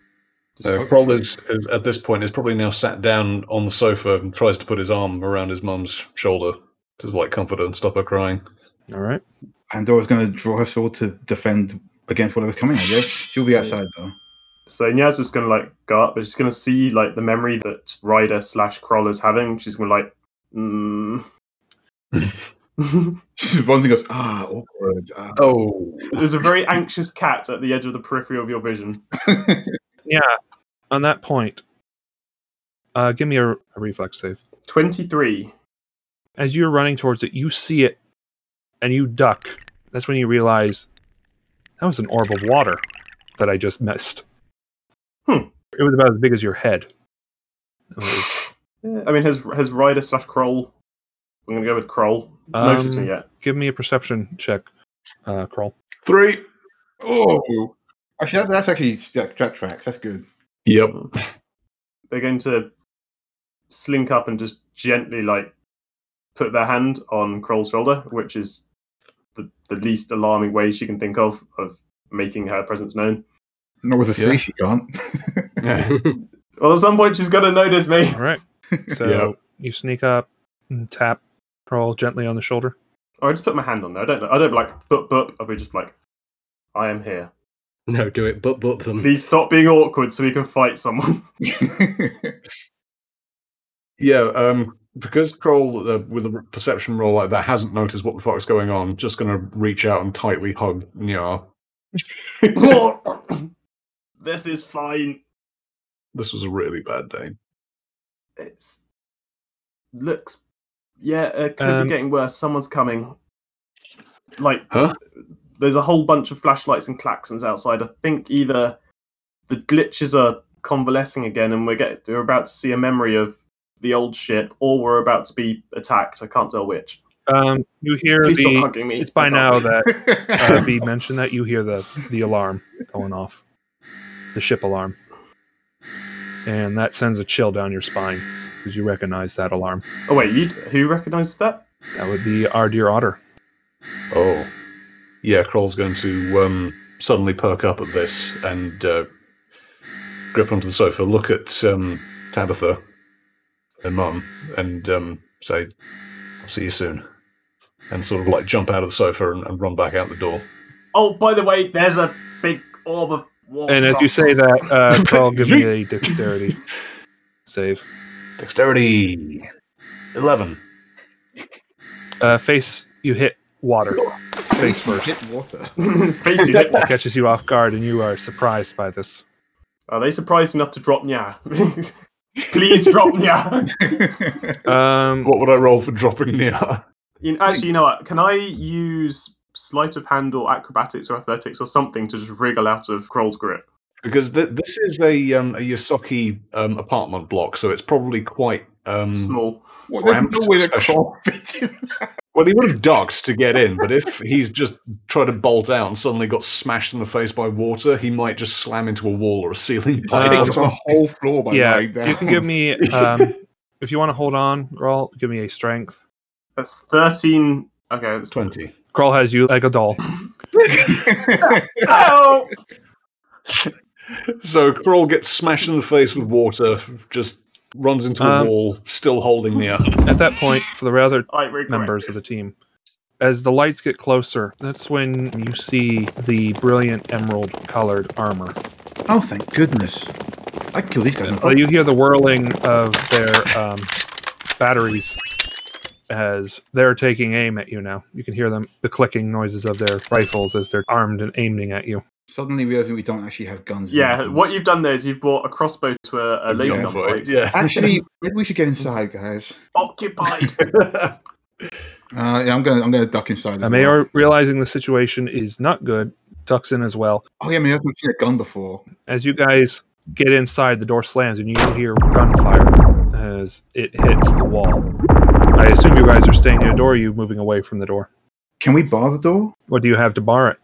[SPEAKER 1] Uh, Kroll is, is at this point is probably now sat down on the sofa and tries to put his arm around his mum's shoulder to like comfort her and stop her crying.
[SPEAKER 2] All right.
[SPEAKER 3] Pandora's going to draw her sword to defend against whatever's coming. I guess she'll be outside though.
[SPEAKER 4] So Nya's just gonna like go up, but she's gonna see like the memory that Ryder slash Kroll is having. She's gonna like, mm.
[SPEAKER 3] She's one thing goes ah awkward. Ah.
[SPEAKER 1] Oh,
[SPEAKER 4] There's a very anxious cat at the edge of the periphery of your vision.
[SPEAKER 2] Yeah. On that point, uh, give me a, a reflex save.
[SPEAKER 4] Twenty-three.
[SPEAKER 2] As you're running towards it, you see it and you duck. That's when you realize that was an orb of water that I just missed.
[SPEAKER 4] Hmm.
[SPEAKER 2] It was about as big as your head. It was
[SPEAKER 4] Yeah, I mean, has has Ryder slash Kroll? I'm gonna go with Kroll. Noticed
[SPEAKER 2] Um,
[SPEAKER 4] me yet?
[SPEAKER 2] give me a perception check, uh, Kroll.
[SPEAKER 1] three.
[SPEAKER 3] oh, actually, that, that's actually that, that tracks. That's good.
[SPEAKER 1] Yep.
[SPEAKER 4] They're going to slink up and just gently like put their hand on Kroll's shoulder, which is the the least alarming way she can think of of making her presence known.
[SPEAKER 3] Not with a three,
[SPEAKER 1] Yeah.
[SPEAKER 3] she can't.
[SPEAKER 1] Yeah.
[SPEAKER 4] Well, at some point she's gonna notice me.
[SPEAKER 2] All right. So
[SPEAKER 1] Yeah.
[SPEAKER 2] you sneak up and tap Kroll gently on the shoulder.
[SPEAKER 4] Or Oh, I just put my hand on there. I don't. I don't like boop boop. I'll be just like, I am here.
[SPEAKER 5] No, do it. But but them.
[SPEAKER 4] Please stop being awkward so we can fight someone.
[SPEAKER 1] Yeah, um, because Kroll, uh, with a perception roll like that, hasn't noticed what the fuck's going on, just going to reach out and tightly hug Nyar.
[SPEAKER 4] this is fine.
[SPEAKER 1] This was a really bad day.
[SPEAKER 4] It's looks. Yeah, it could
[SPEAKER 2] Um,
[SPEAKER 4] be getting worse. Someone's coming. Like,
[SPEAKER 1] Huh?
[SPEAKER 4] there's a whole bunch of flashlights and claxons outside. I think either the glitches are convalescing again, and we're get we're about to see a memory of the old ship, or we're about to be attacked. I can't tell which.
[SPEAKER 2] Um, you hear
[SPEAKER 4] Please stop
[SPEAKER 2] the.
[SPEAKER 4] hugging me.
[SPEAKER 2] it's by
[SPEAKER 4] I
[SPEAKER 2] now
[SPEAKER 4] can't.
[SPEAKER 2] that- Uh, V mentioned that you hear the the alarm going off, the ship alarm, and that sends a chill down your spine because you recognize that alarm.
[SPEAKER 4] oh wait, you who recognises that?
[SPEAKER 2] That would be our dear otter.
[SPEAKER 1] Oh. Yeah, Kroll's going to um, suddenly perk up at this and uh, grip onto the sofa, look at um, Tabitha and Mum, and um, say, I'll see you soon. And sort of like jump out of the sofa and, and run back out the door.
[SPEAKER 4] Oh, by the way, there's a big orb of. War
[SPEAKER 2] And as you say that, uh, Carl, give me a dexterity save.
[SPEAKER 1] Dexterity! 11.
[SPEAKER 2] Uh, face, you hit water. Face first.
[SPEAKER 3] Hit water.
[SPEAKER 4] face you. hit.
[SPEAKER 2] That catches you off guard, and you are surprised by this.
[SPEAKER 4] Are they surprised enough to drop Nya? Please drop Nya.
[SPEAKER 2] Um,
[SPEAKER 1] What would I roll for dropping Nia?
[SPEAKER 4] You- Actually, you know what? Can I use sleight of hand or acrobatics or athletics or something to just wriggle out of Kroll's grip?
[SPEAKER 1] Because th- this is a, um, a Yosaki um, apartment block, so it's probably quite.
[SPEAKER 2] Hmm.
[SPEAKER 1] Um,
[SPEAKER 4] Small.
[SPEAKER 3] What, there's no way that
[SPEAKER 1] Special.
[SPEAKER 3] claw fits in.
[SPEAKER 1] Well, he would have ducked to get in, but if he's just tried to bolt out and suddenly got smashed in the face by water, he might just slam into a wall or a ceiling
[SPEAKER 2] Um,
[SPEAKER 1] pipe.
[SPEAKER 3] It's a whole floor by
[SPEAKER 2] yeah,
[SPEAKER 3] lying down.
[SPEAKER 2] you can give me um, if you want to hold on, Carl. Give me a strength.
[SPEAKER 4] That's 13. Okay, that's
[SPEAKER 1] 20.
[SPEAKER 2] Carl has you like a doll.
[SPEAKER 4] Oh!
[SPEAKER 1] So Kroll gets smashed in the face with water, just runs into a
[SPEAKER 2] Um,
[SPEAKER 1] wall, still holding the up.
[SPEAKER 2] At that point, for the other
[SPEAKER 4] I regret
[SPEAKER 2] members of the
[SPEAKER 4] this.
[SPEAKER 2] team. As the lights get closer, that's when you see the brilliant emerald colored armor.
[SPEAKER 3] oh, thank goodness. I can kill these guys.
[SPEAKER 2] Well, you hear the whirling of their um, batteries as they're taking aim at you now. You can hear them, the clicking noises of their rifles as they're armed and aiming at you.
[SPEAKER 3] Suddenly realizing we don't actually have guns.
[SPEAKER 4] Yeah, what you've done there is you've brought a crossbow to a, a laser gun point.
[SPEAKER 1] Yeah.
[SPEAKER 3] Actually, maybe we should get inside, guys.
[SPEAKER 4] Occupied.
[SPEAKER 3] Uh, yeah, I'm gonna, I'm gonna duck inside.
[SPEAKER 2] The
[SPEAKER 3] as well.
[SPEAKER 2] mayor, realizing the situation is not good, ducks in as well.
[SPEAKER 3] Oh yeah, I mean, I've not seen a gun before.
[SPEAKER 2] As you guys get inside, the door slams and you hear gunfire as it hits the wall. I assume you guys are staying near the door. Are you moving away from the door?
[SPEAKER 3] Can we bar the door?
[SPEAKER 2] What do you have to bar it?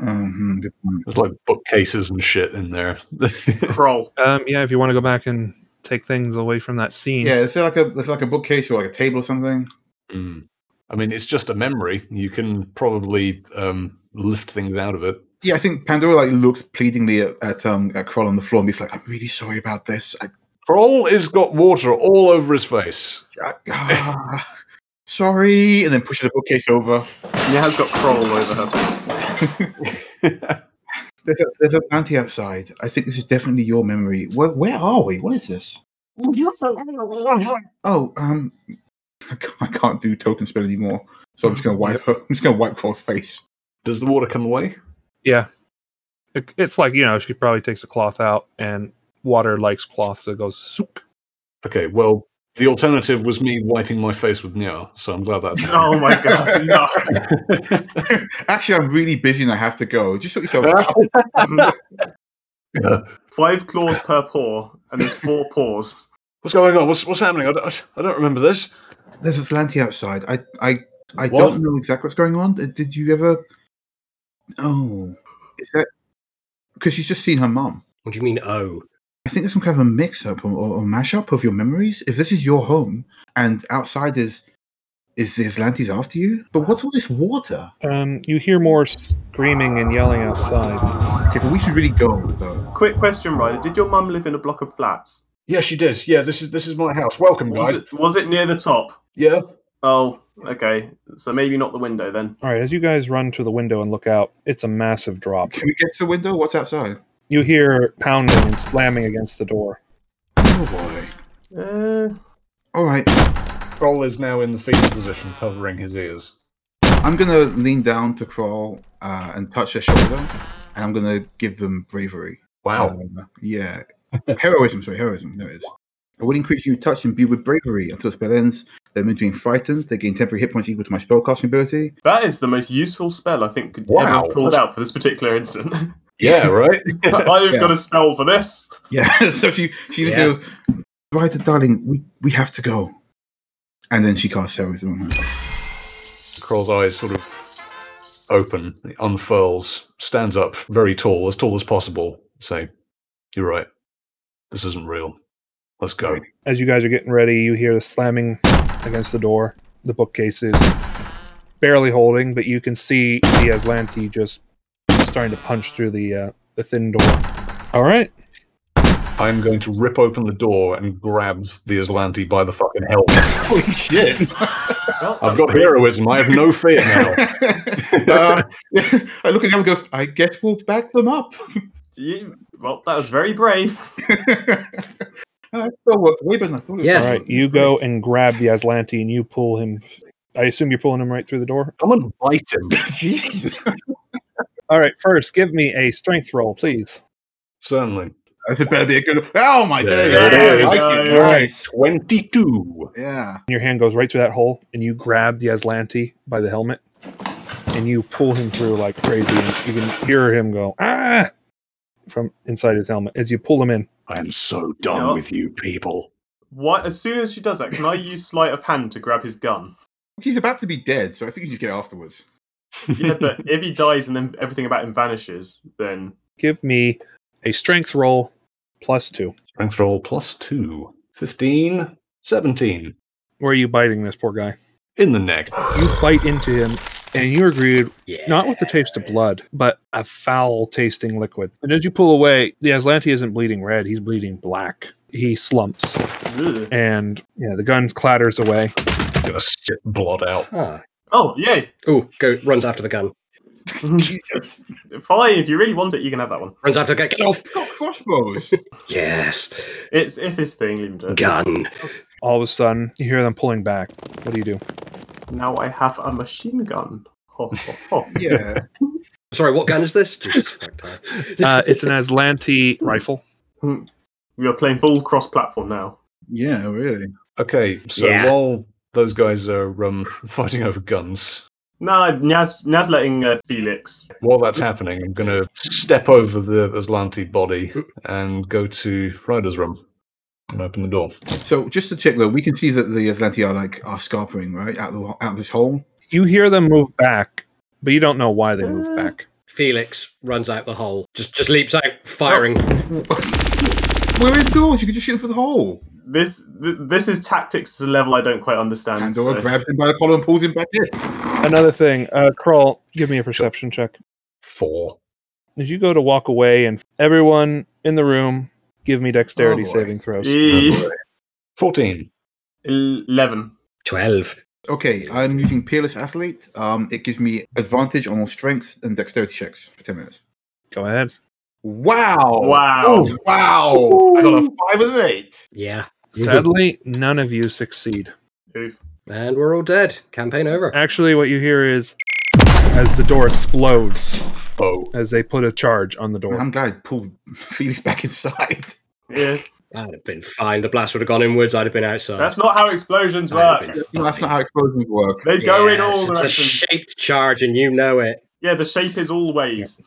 [SPEAKER 3] Um, hmm, good point.
[SPEAKER 1] There's like bookcases and shit in there.
[SPEAKER 4] Kroll.
[SPEAKER 2] Um, yeah, if you want to go back and take things away from that scene.
[SPEAKER 3] Yeah, is there like a, is there like a bookcase or like a table or something?
[SPEAKER 1] Hmm. I mean, it's just a memory. You can probably um, lift things out of it.
[SPEAKER 3] Yeah, I think Pandora like looks pleadingly at, at um at Kroll on the floor and he's like, "I'm really sorry about this. I,
[SPEAKER 1] Kroll has got water all over his face.
[SPEAKER 3] I ah, sorry," and then pushes the bookcase over.
[SPEAKER 4] Nya has got Kroll over her face.
[SPEAKER 3] There's a, there's a bounty outside. I think this is definitely your memory. Where, where are we? What is this? Oh, um, I can't, I can't do token spell anymore, so I'm just gonna wipe her. I'm just gonna wipe Kroll's face.
[SPEAKER 1] Does the water come away?
[SPEAKER 2] Yeah. It, it's like, you know, she probably takes a cloth out and water likes cloth, so it goes sook.
[SPEAKER 1] Okay, well, the alternative was me wiping my face with Nia, so I'm glad that's.
[SPEAKER 4] Oh my god, no.
[SPEAKER 3] Actually, I'm really busy and I have to go. Just sort yourself out.
[SPEAKER 4] Five claws per paw, and there's four paws.
[SPEAKER 1] What's going on? What's, what's happening? I don't, I don't remember this.
[SPEAKER 3] There's a Vigilante outside. I I I
[SPEAKER 1] What?
[SPEAKER 3] don't know exactly what's going on. Did- Did you ever? Oh, is that because she's just seen her mum?
[SPEAKER 5] What do you mean, oh?
[SPEAKER 3] I think there's some kind of a mix-up or, or, or mash-up of your memories. If this is your home and outside is is the Atlante's after you, but what's all this water?
[SPEAKER 2] Um, you hear more screaming and yelling outside.
[SPEAKER 3] Okay, but we should really go though.
[SPEAKER 4] Quick question, Ryder. Did your mum live in a block of flats?
[SPEAKER 1] Yeah, she did. Yeah, this is this is my house. Welcome, guys.
[SPEAKER 4] Was it, was it near the top?
[SPEAKER 1] Yeah.
[SPEAKER 4] Oh, okay. So maybe not the window then.
[SPEAKER 2] All right, as you guys run to the window and look out, it's a massive drop.
[SPEAKER 3] Can we get to the window? What's outside?
[SPEAKER 2] You hear pounding and slamming against the door.
[SPEAKER 3] Oh boy.
[SPEAKER 4] Uh,
[SPEAKER 3] All right,
[SPEAKER 1] Kroll is now in the fetal position, covering his ears.
[SPEAKER 3] I'm gonna lean down to crawl uh, and touch their shoulder, and I'm gonna give them bravery.
[SPEAKER 1] Wow.
[SPEAKER 3] Um, yeah. heroism, sorry, heroism. There it is. I will increase your touch and be with bravery until the spell ends. They means being frightened. They gain temporary hit points equal to my spellcasting ability.
[SPEAKER 4] That is the most useful spell I think could
[SPEAKER 1] Wow,
[SPEAKER 4] ever have called
[SPEAKER 1] that's-
[SPEAKER 4] out for this particular incident.
[SPEAKER 1] Yeah, right.
[SPEAKER 4] I've
[SPEAKER 3] Yeah.
[SPEAKER 4] got a spell for this.
[SPEAKER 3] Yeah. so she she
[SPEAKER 7] Yeah.
[SPEAKER 3] goes, Ryder, darling, we, we have to go. And then she casts heroism on her.
[SPEAKER 1] Kroll's eyes sort of open, he unfurls, stands up, very tall, as tall as possible. Say, you're right. This isn't real. Let's go.
[SPEAKER 2] As you guys are getting ready, you hear the slamming against the door. The bookcase is barely holding, but you can see the Aslanti just starting to punch through the uh, the thin door. All right.
[SPEAKER 1] I'm going to rip open the door and grab the Aslanti by the fucking helmet.
[SPEAKER 3] Holy shit.
[SPEAKER 4] Well,
[SPEAKER 1] I've got heroism. I have no fear now.
[SPEAKER 3] Uh, I look at him and goes, I guess we'll back them up.
[SPEAKER 4] You, well, that was very brave.
[SPEAKER 3] I still worked way better than I thought it
[SPEAKER 5] Yes.
[SPEAKER 2] All right. You go and grab the Aslanti, and you pull him. I assume you're pulling him right through the door.
[SPEAKER 1] Come and bite him.
[SPEAKER 3] Jesus.
[SPEAKER 2] All right. First, give me a strength roll, please.
[SPEAKER 1] Certainly.
[SPEAKER 3] That's a better be a good. Oh my
[SPEAKER 1] There
[SPEAKER 3] days.
[SPEAKER 4] it is.
[SPEAKER 3] I like it.
[SPEAKER 4] All
[SPEAKER 2] right.
[SPEAKER 3] Nice.
[SPEAKER 1] 22.
[SPEAKER 3] Yeah.
[SPEAKER 2] And your hand goes right through that hole, and you grab the Aslanti by the helmet, and you pull him through like crazy. And you can hear him go ah from inside his helmet as you pull him in.
[SPEAKER 1] I am so done
[SPEAKER 4] Yeah.
[SPEAKER 1] with you people.
[SPEAKER 4] What? As soon as she does that, can I use sleight of hand to grab his gun?
[SPEAKER 3] He's about to be dead, so I think you just get it afterwards.
[SPEAKER 4] Yeah, but if he dies and then everything about him vanishes, then
[SPEAKER 2] Give me a strength roll plus two.
[SPEAKER 1] Strength roll plus 2. 15. 17.
[SPEAKER 2] Where are you biting this poor guy?
[SPEAKER 1] In the neck.
[SPEAKER 2] You bite into him, and you are greeted
[SPEAKER 7] Yeah.
[SPEAKER 2] not with the taste of blood, but a foul tasting liquid. And as you pull away, the Aslanti isn't bleeding red, he's bleeding black. He slumps,
[SPEAKER 4] Ugh.
[SPEAKER 2] and yeah, the gun clatters away.
[SPEAKER 1] Gonna spit blood out.
[SPEAKER 5] Ah.
[SPEAKER 4] oh yay!
[SPEAKER 5] Ooh, go runs after the gun.
[SPEAKER 3] Jesus.
[SPEAKER 4] Fine, if you really want it, you can have that one.
[SPEAKER 5] Runs after the gun. Get off.
[SPEAKER 3] Got crossbows.
[SPEAKER 5] Yes,
[SPEAKER 4] It's it's his thing, leave him to it.
[SPEAKER 5] gun.
[SPEAKER 2] All of a sudden, you hear them pulling back. What do you do?
[SPEAKER 4] Now I have a machine gun. Ho, ho, ho.
[SPEAKER 3] yeah.
[SPEAKER 5] Sorry, what gun is this? Jesus, fuck that.
[SPEAKER 2] Uh, it's an Aslanti rifle.
[SPEAKER 4] we are playing full cross-platform now.
[SPEAKER 3] Yeah, really.
[SPEAKER 1] Okay, so
[SPEAKER 5] Yeah.
[SPEAKER 1] while those guys are um, fighting over guns,
[SPEAKER 4] Nah, Naz, Naz letting uh, Felix.
[SPEAKER 1] while that's happening, I'm gonna step over the Aslanti body and go to Ryder's room and open the door.
[SPEAKER 3] So just to check though, we can see that the Atlanti are like are scarpering, right? Out of the, out of this hole.
[SPEAKER 2] You hear them move back, but you don't know why they move back.
[SPEAKER 5] Felix runs out the hole. Just just leaps out, firing.
[SPEAKER 2] Oh.
[SPEAKER 3] We're indoors, you can just shoot for the hole.
[SPEAKER 4] This th- this is tactics at a level I don't quite understand.
[SPEAKER 3] Pandora
[SPEAKER 4] so-
[SPEAKER 3] grabs him by the collar and pulls him back in.
[SPEAKER 2] Another thing, uh, Kroll, give me a perception check.
[SPEAKER 1] Four.
[SPEAKER 2] As you go to walk away, and everyone in the room, give me dexterity
[SPEAKER 3] Oh, boy.
[SPEAKER 2] saving throws.
[SPEAKER 4] Eh,
[SPEAKER 1] Fourteen.
[SPEAKER 4] Eleven.
[SPEAKER 5] Twelve.
[SPEAKER 3] Okay, I'm using Peerless Athlete. Um, it gives me advantage on all strength and dexterity checks for 10 minutes.
[SPEAKER 2] Go ahead.
[SPEAKER 3] Wow.
[SPEAKER 4] Wow.
[SPEAKER 3] Oh, wow. I got a five and an eight.
[SPEAKER 5] Yeah,
[SPEAKER 2] Sadly, none of you succeed.
[SPEAKER 4] Oof.
[SPEAKER 5] and we're all dead. Campaign
[SPEAKER 4] Uh,
[SPEAKER 5] over.
[SPEAKER 2] Actually, what you hear is as the door explodes,
[SPEAKER 1] Oh,
[SPEAKER 2] as they put a charge on the door.
[SPEAKER 3] I'm glad I pulled Felix back inside.
[SPEAKER 4] Yeah.
[SPEAKER 5] I'd have been fine. The blast would have gone inwards. I'd have been outside.
[SPEAKER 4] That's not how explosions
[SPEAKER 5] I'd have
[SPEAKER 4] work.
[SPEAKER 5] been
[SPEAKER 3] No, that's
[SPEAKER 5] fine.
[SPEAKER 3] not how explosions work.
[SPEAKER 4] They go in
[SPEAKER 5] Yes,
[SPEAKER 4] all
[SPEAKER 5] It's a
[SPEAKER 4] directions.
[SPEAKER 5] shaped charge, and you know it.
[SPEAKER 4] Yeah, the shape is always.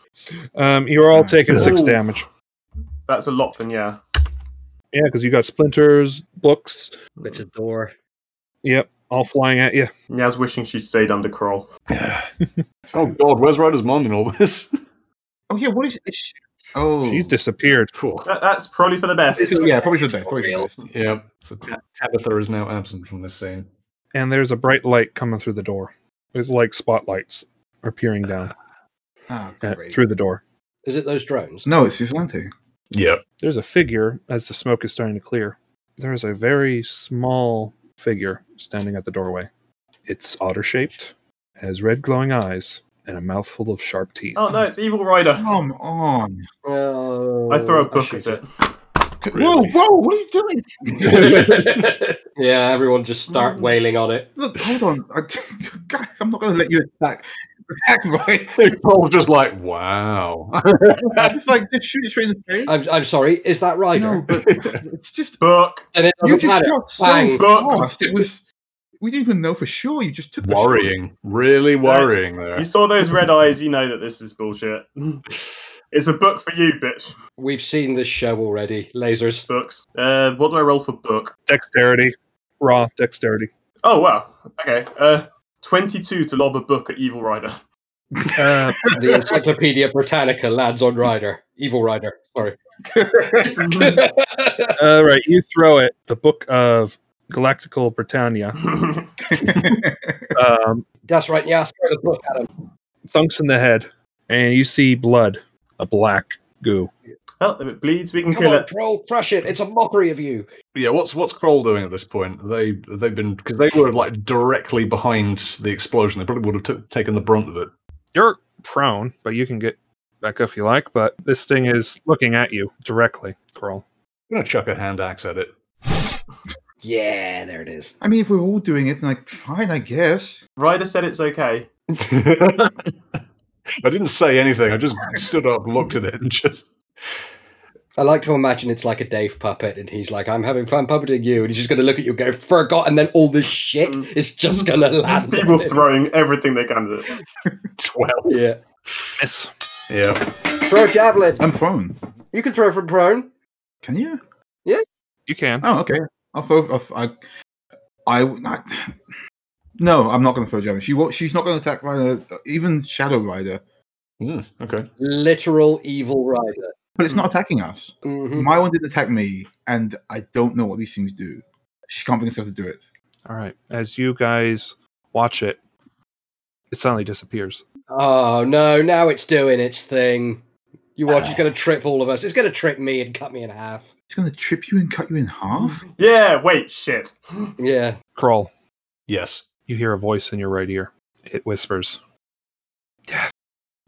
[SPEAKER 2] Um, you're all taking six
[SPEAKER 4] Ooh.
[SPEAKER 2] damage.
[SPEAKER 4] That's a lot then, yeah.
[SPEAKER 2] Yeah, because you got splinters, books,
[SPEAKER 5] Bits of door.
[SPEAKER 2] yep, all flying at you.
[SPEAKER 4] Nyaz wishing she'd stayed under Kroll.
[SPEAKER 1] oh God! Where's Ryder's mom in all this?
[SPEAKER 3] Oh, yeah, what is it? Oh.
[SPEAKER 2] She's disappeared.
[SPEAKER 1] Phew.
[SPEAKER 4] That, that's probably for the best.
[SPEAKER 3] Yeah, probably for the best. Probably for the best.
[SPEAKER 1] yeah. So Ta- Tabitha is now absent from this scene.
[SPEAKER 2] And there's a bright light coming through the door. It's like spotlights are peering down
[SPEAKER 3] Ah,
[SPEAKER 2] at-
[SPEAKER 3] great.
[SPEAKER 2] through the door.
[SPEAKER 5] Is it those drones?
[SPEAKER 3] No, it's Islante.
[SPEAKER 1] Yeah.
[SPEAKER 2] There's a figure as the smoke is starting to clear. There is a very small figure standing at the doorway. It's otter shaped, has red glowing eyes, and a mouthful of sharp teeth.
[SPEAKER 4] Oh no, it's Evil Rider.
[SPEAKER 3] Come on.
[SPEAKER 5] Oh,
[SPEAKER 4] I throw a book
[SPEAKER 5] shit.
[SPEAKER 4] at it.
[SPEAKER 1] Really?
[SPEAKER 3] Whoa, whoa, what are you doing? Oh.
[SPEAKER 5] yeah, everyone just start wailing on it.
[SPEAKER 3] Look, hold on. I, God, I'm not going to let you attack back, right?
[SPEAKER 1] Paul just like, wow.
[SPEAKER 3] it's like just shoot it straight in the face.
[SPEAKER 5] I'm, I'm sorry, is that Ryder?
[SPEAKER 3] no, but it's just
[SPEAKER 4] Book.
[SPEAKER 5] and it
[SPEAKER 3] you
[SPEAKER 5] doesn't
[SPEAKER 3] just
[SPEAKER 5] matter.
[SPEAKER 3] shot so
[SPEAKER 5] Bang.
[SPEAKER 3] fast. It was we didn't even know for sure. You just took the shot.
[SPEAKER 1] worrying. Really worrying
[SPEAKER 4] You
[SPEAKER 1] there.
[SPEAKER 4] saw those red eyes, you know that this is bullshit. it's a book for you, bitch.
[SPEAKER 5] We've seen this show already. Lasers.
[SPEAKER 4] Books. Uh, what do I roll for book?
[SPEAKER 2] Dexterity. Raw dexterity.
[SPEAKER 4] Oh, wow. Okay. Uh, 22 to lob a book at Evil Rider.
[SPEAKER 2] Uh,
[SPEAKER 5] The Encyclopedia Britannica lads on Rider. Evil Rider. Sorry.
[SPEAKER 2] all right, you throw it. The book of Galactical Britannia. Um,
[SPEAKER 5] That's right, yeah, throw the book at him.
[SPEAKER 2] thunks in the head, and you see blood, a black goo.
[SPEAKER 4] well, if it bleeds, we can
[SPEAKER 5] Come
[SPEAKER 4] kill
[SPEAKER 5] on,
[SPEAKER 4] it.
[SPEAKER 5] troll, crush it. It's a mockery of you.
[SPEAKER 1] Yeah, what's what's Kroll doing at this point? They they've been because they were like directly behind the explosion. They probably would have t- taken the brunt of it.
[SPEAKER 2] You're prone, but you can get back up if you like. But this thing is looking at you directly, Kroll.
[SPEAKER 1] I'm gonna chuck a hand axe at it.
[SPEAKER 5] Yeah, there it is.
[SPEAKER 3] I mean, if we're all doing it, like fine, I guess.
[SPEAKER 4] Rider said it's okay.
[SPEAKER 1] I didn't say anything. I just stood up, looked at it, and just
[SPEAKER 5] I like to imagine it's like a Dave puppet, and he's like, I'm having fun puppeting you, and he's just going to look at you and go, forgot, and then all this shit is just going to
[SPEAKER 4] Mm. Just
[SPEAKER 5] land. on
[SPEAKER 4] people
[SPEAKER 5] him.
[SPEAKER 4] throwing everything they can at it.
[SPEAKER 1] twelve.
[SPEAKER 5] Yeah.
[SPEAKER 2] Miss.
[SPEAKER 1] Yeah,
[SPEAKER 5] Throw a javelin.
[SPEAKER 3] I'm prone.
[SPEAKER 5] You can throw from prone.
[SPEAKER 3] Can you?
[SPEAKER 2] You can.
[SPEAKER 3] Oh, okay. I'll throw. I'll, I, I, I- no, I'm not going to throw javelin. She won't. She's not going to attack Rider, even Shadow Rider.
[SPEAKER 1] Mm, okay.
[SPEAKER 5] Literal evil rider.
[SPEAKER 3] But it's not attacking us.
[SPEAKER 5] Mhm.
[SPEAKER 3] My one did attack me, and I don't know what these things do. She can't bring herself to do it.
[SPEAKER 2] All right. As you guys watch it, it suddenly disappears.
[SPEAKER 5] Oh, no, now it's doing its thing. You watch, it's going to trip all of us. It's going to trip me and cut me in half.
[SPEAKER 3] It's going to trip you and cut you in half.
[SPEAKER 4] Yeah, wait, shit.
[SPEAKER 5] Yeah.
[SPEAKER 2] Kroll,
[SPEAKER 1] Yes.
[SPEAKER 2] you hear a voice in your right ear. It whispers, "Death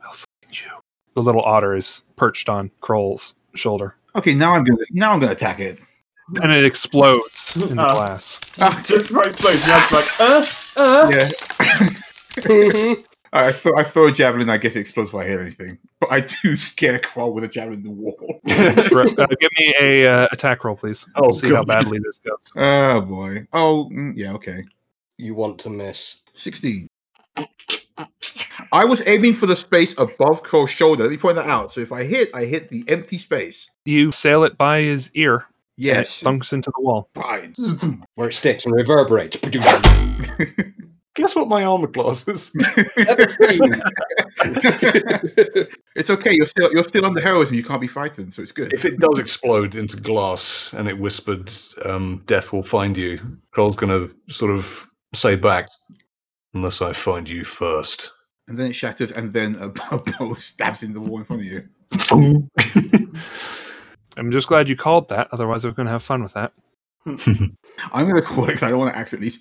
[SPEAKER 2] will find you." The little otter is perched on Kroll's shoulder,
[SPEAKER 3] Okay, now I'm going. to Now I'm going to attack it.
[SPEAKER 2] and it explodes in the
[SPEAKER 4] Ah.
[SPEAKER 2] glass.
[SPEAKER 3] Ah,
[SPEAKER 4] Just before it explodes, Rider's like, uh, uh.
[SPEAKER 3] yeah.
[SPEAKER 5] Mhm.
[SPEAKER 3] All right, I throw, I throw a javelin. I guess it explodes if I hit anything. But I do scare Crawl with a javelin in the wall.
[SPEAKER 2] Thro- uh, give me a uh, attack roll, please.
[SPEAKER 1] Oh,
[SPEAKER 2] see
[SPEAKER 1] God.
[SPEAKER 2] how badly this goes.
[SPEAKER 3] oh boy. Oh mm, yeah. Okay.
[SPEAKER 5] you want to miss.
[SPEAKER 3] 16. I was aiming for the space above Crow's shoulder. Let me point that out. So if I hit, I hit the empty space.
[SPEAKER 2] You sail it by his ear. and it
[SPEAKER 3] Yes.
[SPEAKER 2] thunks into the wall.
[SPEAKER 3] Fine.
[SPEAKER 5] Where it sticks and reverberates.
[SPEAKER 1] Guess what? My armor class is.
[SPEAKER 3] it's okay. You're still you're still under heroism. You can't be frightened, so it's good.
[SPEAKER 1] If it does explode into glass and it whispered, um, "Death will find you," Kroll's gonna sort of say back, "Unless I find you first.
[SPEAKER 3] And then it shatters, and then a, a bow stabs in the wall in front of you.
[SPEAKER 2] I'm just glad you called that. Otherwise, we're going to have fun with that.
[SPEAKER 3] I'm gonna call it 'cause I don't want to accidentally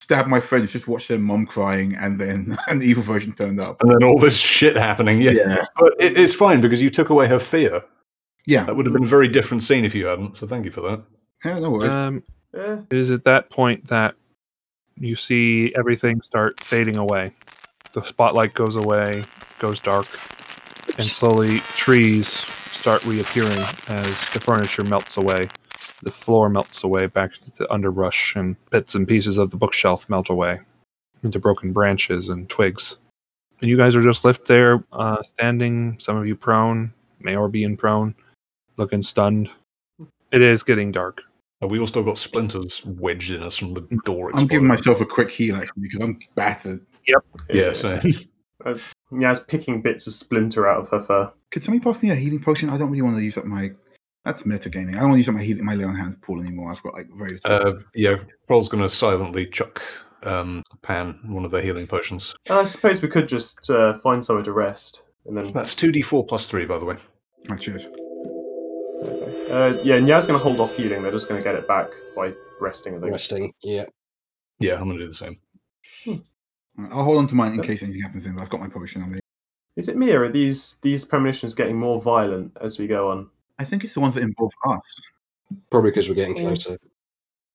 [SPEAKER 3] stab my friends. Just watch their mom crying, and then an evil version turned up.
[SPEAKER 1] And then all this shit happening. Yeah,
[SPEAKER 3] Yeah.
[SPEAKER 1] but it, it's fine because you took away her fear.
[SPEAKER 3] Yeah.
[SPEAKER 1] That would have been a very different scene if you hadn't. So thank you for that.
[SPEAKER 3] Yeah, no worries.
[SPEAKER 2] Um,
[SPEAKER 4] Uh,
[SPEAKER 2] it is at that point that you see everything start fading away. The spotlight goes away, goes dark, and slowly trees start reappearing as the furniture melts away. The floor melts away back to underbrush, and bits and pieces of the bookshelf melt away into broken branches and twigs. And you guys are just left there, uh, standing, some of you prone, Mayor being prone, looking stunned. It is getting dark.
[SPEAKER 1] And Uh, we all still got splinters wedged in us from the door.
[SPEAKER 3] I'm
[SPEAKER 1] exploding.
[SPEAKER 3] giving myself a quick heal actually because I'm battered.
[SPEAKER 1] Yeah, same.
[SPEAKER 4] As Uh, Yaz picking bits of splinter out of her fur.
[SPEAKER 3] Could somebody pass me a healing potion? I don't really want to use up my. That's metagaming. I don't want to use up my healing, my lay on hands pool anymore. I've got like very. little.
[SPEAKER 1] Uh, yeah, Kroll's going to silently chuck um, Pan one of their healing potions.
[SPEAKER 4] I suppose we could just uh, find somewhere to rest. And then,
[SPEAKER 1] That's 2d4 plus 3, by the way.
[SPEAKER 3] Oh, cheers.
[SPEAKER 4] uh, yeah, Nyaz going to hold off healing. They're just going to get it back by resting, I think.
[SPEAKER 5] Resting. Yeah.
[SPEAKER 1] Yeah, I'm going to do the same.
[SPEAKER 3] I'll hold on to
[SPEAKER 1] uh,
[SPEAKER 3] mine in case anything happens. Then but I've got my potion on me.
[SPEAKER 4] Is it me, or are these, these premonitions getting more violent as we go on?
[SPEAKER 3] I think it's the ones that involve us.
[SPEAKER 5] Probably because we're getting
[SPEAKER 4] Yeah.
[SPEAKER 5] closer.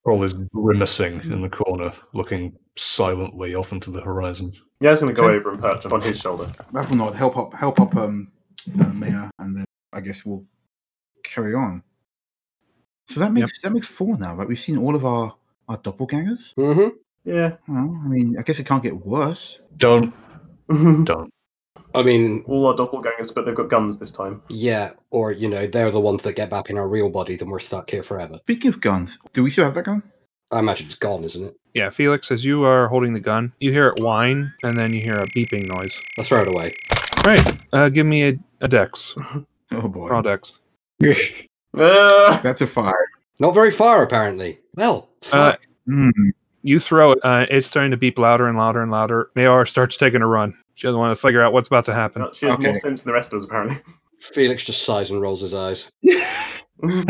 [SPEAKER 1] Kroll is grimacing in the corner, looking silently off into the horizon.
[SPEAKER 4] Yeah, it's going to go over and perch on his shoulder.
[SPEAKER 3] Ravenod, help up, help up, um, uh, Maya, and then I guess we'll carry on. So that makes that makes four now, right? We've seen all of our our doppelgangers.
[SPEAKER 5] Mm-hmm.
[SPEAKER 4] Yeah.
[SPEAKER 3] Well, I mean, I guess it can't get worse.
[SPEAKER 1] Don't, don't.
[SPEAKER 5] I mean,
[SPEAKER 4] All our doppelgangers, but they've got guns this time.
[SPEAKER 5] yeah, or you know, they're the ones that get back in our real bodies and we're stuck here forever.
[SPEAKER 3] Speaking of guns, do we still have that gun?
[SPEAKER 5] I imagine it's gone, isn't it?
[SPEAKER 2] Yeah, Felix, as you are holding the gun, you hear it whine, and then you hear a beeping noise.
[SPEAKER 5] I throw it away.
[SPEAKER 2] Right. Uh, give me a, a dex.
[SPEAKER 3] Oh boy,
[SPEAKER 2] Raw dex.
[SPEAKER 4] Uh,
[SPEAKER 3] that's a fire.
[SPEAKER 5] Not very far, apparently. Well,
[SPEAKER 1] Uh,
[SPEAKER 5] fuck.
[SPEAKER 3] Mm.
[SPEAKER 2] You throw it. Uh, it's starting to beep louder and louder and louder. Mayar starts taking a run. She doesn't want to figure out what's about to happen.
[SPEAKER 4] she has more
[SPEAKER 3] Okay.
[SPEAKER 4] sense than the rest of us, apparently.
[SPEAKER 5] Felix just sighs and rolls his eyes.
[SPEAKER 3] I'm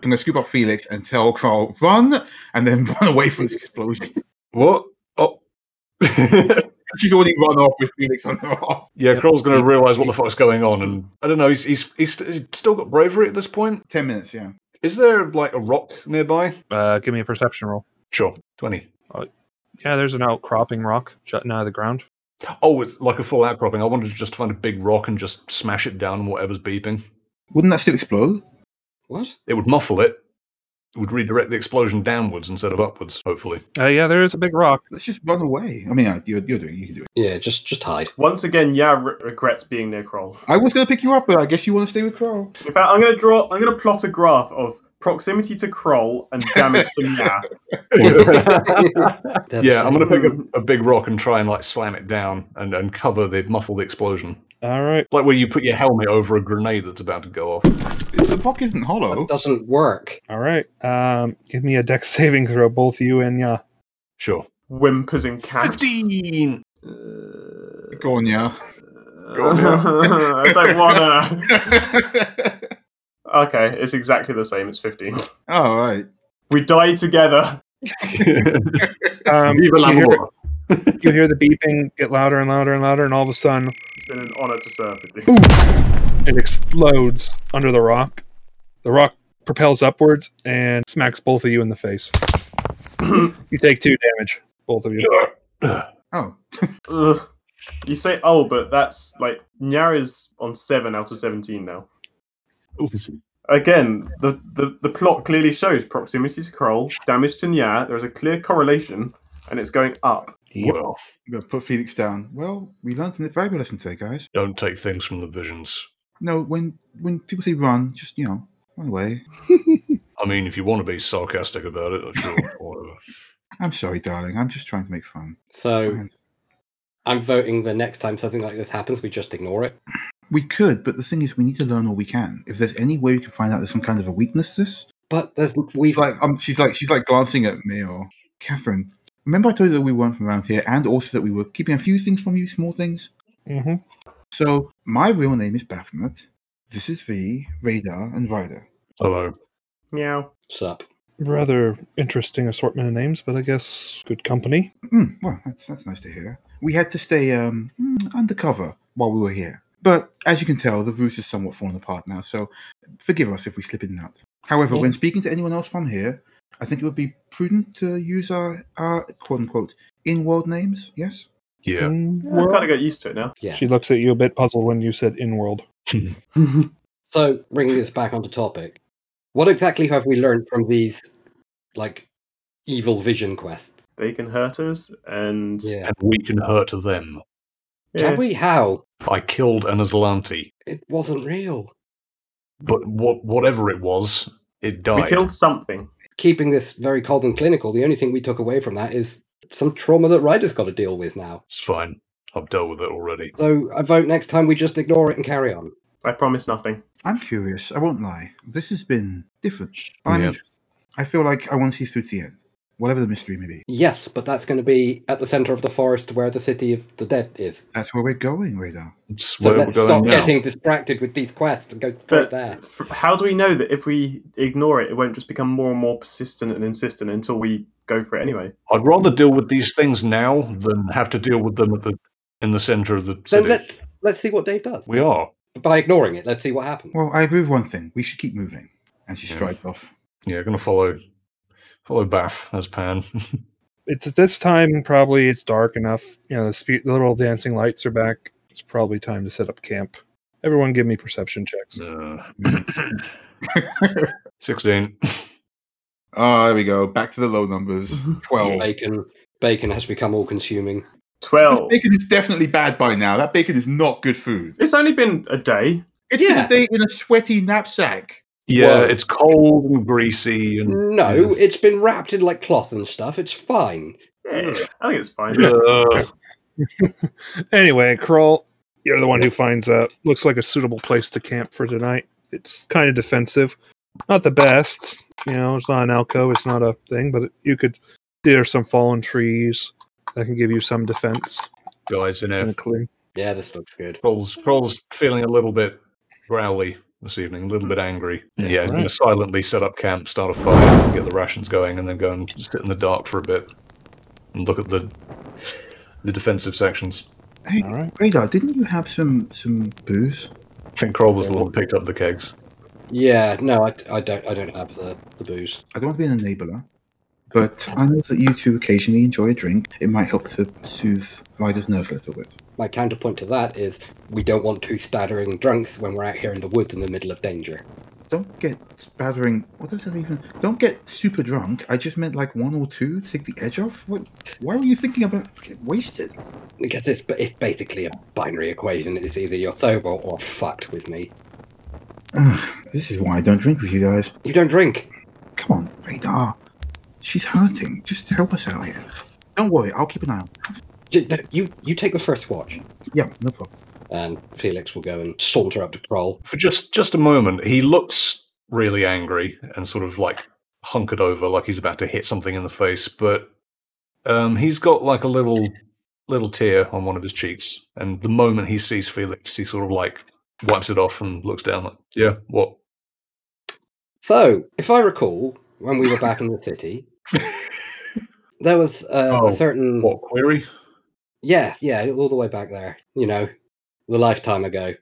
[SPEAKER 3] gonna scoop up Felix and tell Carl run, and then run away from this explosion.
[SPEAKER 1] What? Oh.
[SPEAKER 3] She's already run off with Felix on her arm.
[SPEAKER 1] yeah,
[SPEAKER 2] Yep.
[SPEAKER 1] Kroll's going to realise what the fuck's going on, and I don't know. He's he's he's, st- he's still got bravery at this point.
[SPEAKER 3] Ten minutes, yeah.
[SPEAKER 1] Is there like a rock nearby?
[SPEAKER 2] Uh, give me a perception roll.
[SPEAKER 1] Sure, twenty.
[SPEAKER 2] Yeah, there's an outcropping rock jutting out of the ground.
[SPEAKER 1] Oh, it's like a full outcropping. I wanted to just find a big rock and just smash it down on whatever's beeping.
[SPEAKER 3] Wouldn't that still explode?
[SPEAKER 5] What?
[SPEAKER 1] It would muffle it. It would redirect the explosion downwards instead of upwards. Hopefully,
[SPEAKER 2] Uh, yeah, there is a big rock.
[SPEAKER 3] Let's just run away. I mean, uh, you're, you're doing it. You can do it.
[SPEAKER 5] Yeah, just just hide.
[SPEAKER 4] Once again, yeah, re- regrets being near Kroll.
[SPEAKER 3] I was gonna pick you up, but I guess you want to stay with Carl.
[SPEAKER 4] In fact, I'm going to draw. I'm going to plot a graph of proximity to Kroll and damage to Nya.
[SPEAKER 5] They're the
[SPEAKER 1] yeah, I'm
[SPEAKER 5] same.
[SPEAKER 1] gonna pick
[SPEAKER 2] Mm.
[SPEAKER 1] a, a big rock and try and like slam it down and, and cover the muffle the explosion,
[SPEAKER 2] All right.
[SPEAKER 1] like where you put your helmet over a grenade that's about to go off.
[SPEAKER 3] The rock isn't hollow.
[SPEAKER 5] That doesn't work.
[SPEAKER 2] All right. Um, give me a dex saving throw, both you and yeah.
[SPEAKER 1] Sure.
[SPEAKER 4] Whimpers and cat.
[SPEAKER 1] Fifteen.
[SPEAKER 3] Go on, yeah.
[SPEAKER 1] Go on, yeah.
[SPEAKER 4] I don't wanna.
[SPEAKER 3] oh,
[SPEAKER 4] Okay, it's exactly the same. It's 15.
[SPEAKER 3] all Oh, right.
[SPEAKER 4] We die together.
[SPEAKER 2] Um,
[SPEAKER 1] Viva la
[SPEAKER 2] you hear-
[SPEAKER 1] mort.
[SPEAKER 2] you hear the beeping get louder and louder and louder, and all of a sudden
[SPEAKER 4] It's been an honor to serve with you.
[SPEAKER 2] boom! It explodes under the rock. The rock propels upwards and smacks both of you in the face. you take two damage, both of you.
[SPEAKER 3] Oh,
[SPEAKER 4] Ugh. You say, oh, but that's like Nya is on seven out of 17 now. Again, the, the, the plot clearly shows proximity to Kroll, damage to Nya. There is a clear correlation, and it's going up.
[SPEAKER 1] Well,
[SPEAKER 3] I'm gonna put Felix down. Well, we learned an invaluable lesson today, guys.
[SPEAKER 1] don't take things from the visions.
[SPEAKER 3] No, when when people say run, just you know, run away.
[SPEAKER 1] I mean, if you want to be sarcastic about it, sure, whatever.
[SPEAKER 3] I'm sorry, darling. I'm just trying to make fun.
[SPEAKER 5] So I'm voting the next time something like this happens, we just ignore it.
[SPEAKER 3] We could, but the thing is, we need to learn all we can. If there's any way we can find out there's some kind of a weakness, to this
[SPEAKER 5] But there's we
[SPEAKER 3] She's like, um, she's like, she's like glancing at me or Catherine. Remember, I told you that we weren't from around here, and also that we were keeping a few things from you, small things.
[SPEAKER 2] Mm-hmm.
[SPEAKER 3] So my real name is Baphomet. This is V, Radar, and Ryder.
[SPEAKER 1] Hello.
[SPEAKER 4] Meow.
[SPEAKER 5] sup.
[SPEAKER 2] Rather interesting assortment of names, but I guess good company.
[SPEAKER 3] Mm, well, that's that's nice to hear. We had to stay um, mm, undercover while we were here, but as you can tell, the roost is somewhat fallen apart now. So forgive us if we slip in and out. However, when speaking to anyone else from here, I think it would be prudent to use our, our quote unquote in world names. Yes.
[SPEAKER 1] Yeah.
[SPEAKER 2] In
[SPEAKER 4] I kind
[SPEAKER 2] world.
[SPEAKER 4] of got used to it now.
[SPEAKER 5] Yeah.
[SPEAKER 2] Mm. She looks at you a bit puzzled when you said in world.
[SPEAKER 5] So bringing this back onto topic, what exactly have we learned from these, like, evil vision quests?
[SPEAKER 4] they can hurt us, and
[SPEAKER 5] Yeah.
[SPEAKER 1] And we can hurt them.
[SPEAKER 5] Can we? How?
[SPEAKER 1] I killed an Aslanti,
[SPEAKER 5] It wasn't real.
[SPEAKER 1] but what, whatever it was, it
[SPEAKER 4] We
[SPEAKER 1] died.
[SPEAKER 4] killed something.
[SPEAKER 5] Keeping this very cold and clinical, the only thing we took away from that is some trauma that Ryder's got to deal with now.
[SPEAKER 1] It's fine. I've dealt with it already.
[SPEAKER 5] So I vote next time we just ignore it and carry on.
[SPEAKER 4] I promise nothing.
[SPEAKER 3] I'm curious. I won't lie. This has been different. But I'm
[SPEAKER 1] Yeah.
[SPEAKER 3] interested. I feel like I want to see through to the end, whatever the mystery may be.
[SPEAKER 5] Yes, but that's going to be at the center of the forest where the city of the dead is.
[SPEAKER 3] That's where we're going, Radar.
[SPEAKER 1] It's
[SPEAKER 5] So
[SPEAKER 1] where we're
[SPEAKER 5] let's
[SPEAKER 1] going
[SPEAKER 5] stop
[SPEAKER 1] now.
[SPEAKER 5] getting distracted with these quests and go
[SPEAKER 4] But
[SPEAKER 5] straight there.
[SPEAKER 4] f- how do we know that if we ignore it, it won't just become more and more persistent and insistent until we go for it anyway?
[SPEAKER 1] I'd rather deal with these things now than have to deal with them at the in the center of the
[SPEAKER 5] So
[SPEAKER 1] city.
[SPEAKER 5] let's let's see what Dave does
[SPEAKER 1] we are.
[SPEAKER 5] by ignoring it. Let's see what happens.
[SPEAKER 3] Well, I agree with one thing. We should keep moving. And she
[SPEAKER 1] Yeah.
[SPEAKER 3] strides off.
[SPEAKER 1] Yeah, going to follow Follow Bath as Pan.
[SPEAKER 2] It's at this time probably it's dark enough. You know the, spe- the little dancing lights are back. It's probably time to set up camp. Everyone, give me perception checks.
[SPEAKER 1] Uh, 16.
[SPEAKER 3] Ah, there we go. Back to the low numbers. Twelve.
[SPEAKER 5] Bacon, bacon has become all-consuming.
[SPEAKER 3] This
[SPEAKER 4] Twelve.
[SPEAKER 3] bacon is definitely bad by now. That bacon is not good food.
[SPEAKER 4] It's only been a day.
[SPEAKER 3] It's been
[SPEAKER 5] Yeah.
[SPEAKER 3] a day in a sweaty knapsack.
[SPEAKER 1] Yeah,
[SPEAKER 5] Whoa.
[SPEAKER 1] it's cold and greasy and
[SPEAKER 5] No, it's been wrapped in like cloth and stuff. It's fine.
[SPEAKER 4] Yeah, I think it's fine.
[SPEAKER 5] Mm.
[SPEAKER 1] uh,
[SPEAKER 2] Anyway, Kroll, you're the one who finds a looks like a suitable place to camp for tonight. It's kind of defensive, not the best. You know, it's not an alcove, it's not a thing, but you could there are some fallen trees that can give you some defense
[SPEAKER 1] guys in
[SPEAKER 2] and
[SPEAKER 1] it.
[SPEAKER 2] clean.
[SPEAKER 5] Yeah, this looks good.
[SPEAKER 1] Kroll's, Kroll's feeling a little bit growly this evening, a little bit angry. Yeah, he's going to
[SPEAKER 2] Right.
[SPEAKER 1] silently set up camp, start a fire, get the rations going, and then go and sit in the dark for a bit and look at the the defensive sections.
[SPEAKER 3] Hey,
[SPEAKER 2] All right.
[SPEAKER 3] Radar, didn't you have some some booze?
[SPEAKER 1] I think Kroll was the one who picked up the kegs.
[SPEAKER 5] Yeah, no, I, I don't. I don't have the, the booze.
[SPEAKER 3] I don't want to be an enabler, but I know that you two occasionally enjoy a drink. It might help to soothe Ryder's nerve a little bit.
[SPEAKER 5] My counterpoint to that is we don't want two staggering drunks when we're out here in the woods in the middle of danger.
[SPEAKER 3] Don't get spattering. What does that even? Don't get super drunk. I just meant like one or two to take the edge off. What? Why were you thinking about getting wasted?
[SPEAKER 5] Because it's ba- it's basically a binary equation. It's either you're sober or fucked with me.
[SPEAKER 3] This is why I don't drink with you guys.
[SPEAKER 5] You don't drink.
[SPEAKER 3] Come on, Radar. She's hurting. Just help us out here. Don't worry. I'll keep an eye on.
[SPEAKER 5] J- no, You you take the first watch,
[SPEAKER 3] Yeah, no problem.
[SPEAKER 5] and Felix will go and saunter up to Kroll.
[SPEAKER 1] For just just a moment, he looks really angry and sort of like hunkered over, like he's about to hit something in the face. But um, he's got like a little little tear on one of his cheeks, and the moment he sees Felix, he sort of like wipes it off and looks down like, "Yeah, what?"
[SPEAKER 5] So, if I recall, when we were back in the city, there was uh,
[SPEAKER 1] Oh,
[SPEAKER 5] a certain
[SPEAKER 1] What query?
[SPEAKER 5] Yes, yeah, all the way back there. You know, the lifetime ago.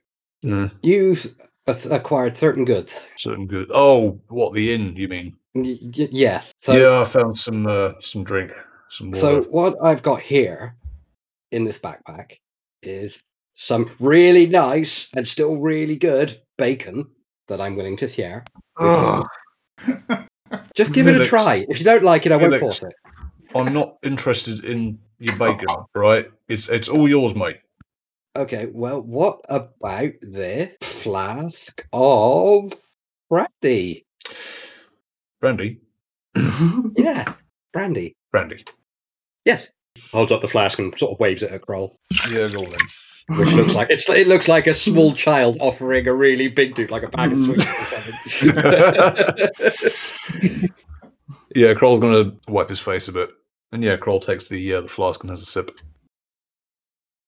[SPEAKER 1] Mm.
[SPEAKER 5] You've ac- acquired certain goods.
[SPEAKER 1] Certain good. Oh, what the inn? You mean?
[SPEAKER 5] Y- y- yes. So,
[SPEAKER 1] yeah, I found some uh, some drink, some water.
[SPEAKER 5] so what I've got here in this backpack is some really nice and still really good bacon that I'm willing to share.
[SPEAKER 3] Ugh.
[SPEAKER 5] Just give it a
[SPEAKER 1] Felix.
[SPEAKER 5] try. If you don't like it, I won't
[SPEAKER 1] Felix.
[SPEAKER 5] force it.
[SPEAKER 1] I'm not interested in your bacon, right? It's it's all yours, mate.
[SPEAKER 5] Okay. Well, what about this flask of brandy?
[SPEAKER 1] Brandy,
[SPEAKER 5] Yeah, brandy.
[SPEAKER 1] brandy.
[SPEAKER 5] Yes. Holds up the flask and sort of waves it at Kroll.
[SPEAKER 1] Yeah, go on then.
[SPEAKER 5] which looks like it's it looks like a small child offering a really big dude like a bag of
[SPEAKER 4] Mm.
[SPEAKER 5] sweets or something.
[SPEAKER 1] Yeah, Kroll's gonna wipe his face a bit, and yeah, Kroll takes the uh, the flask and has a sip.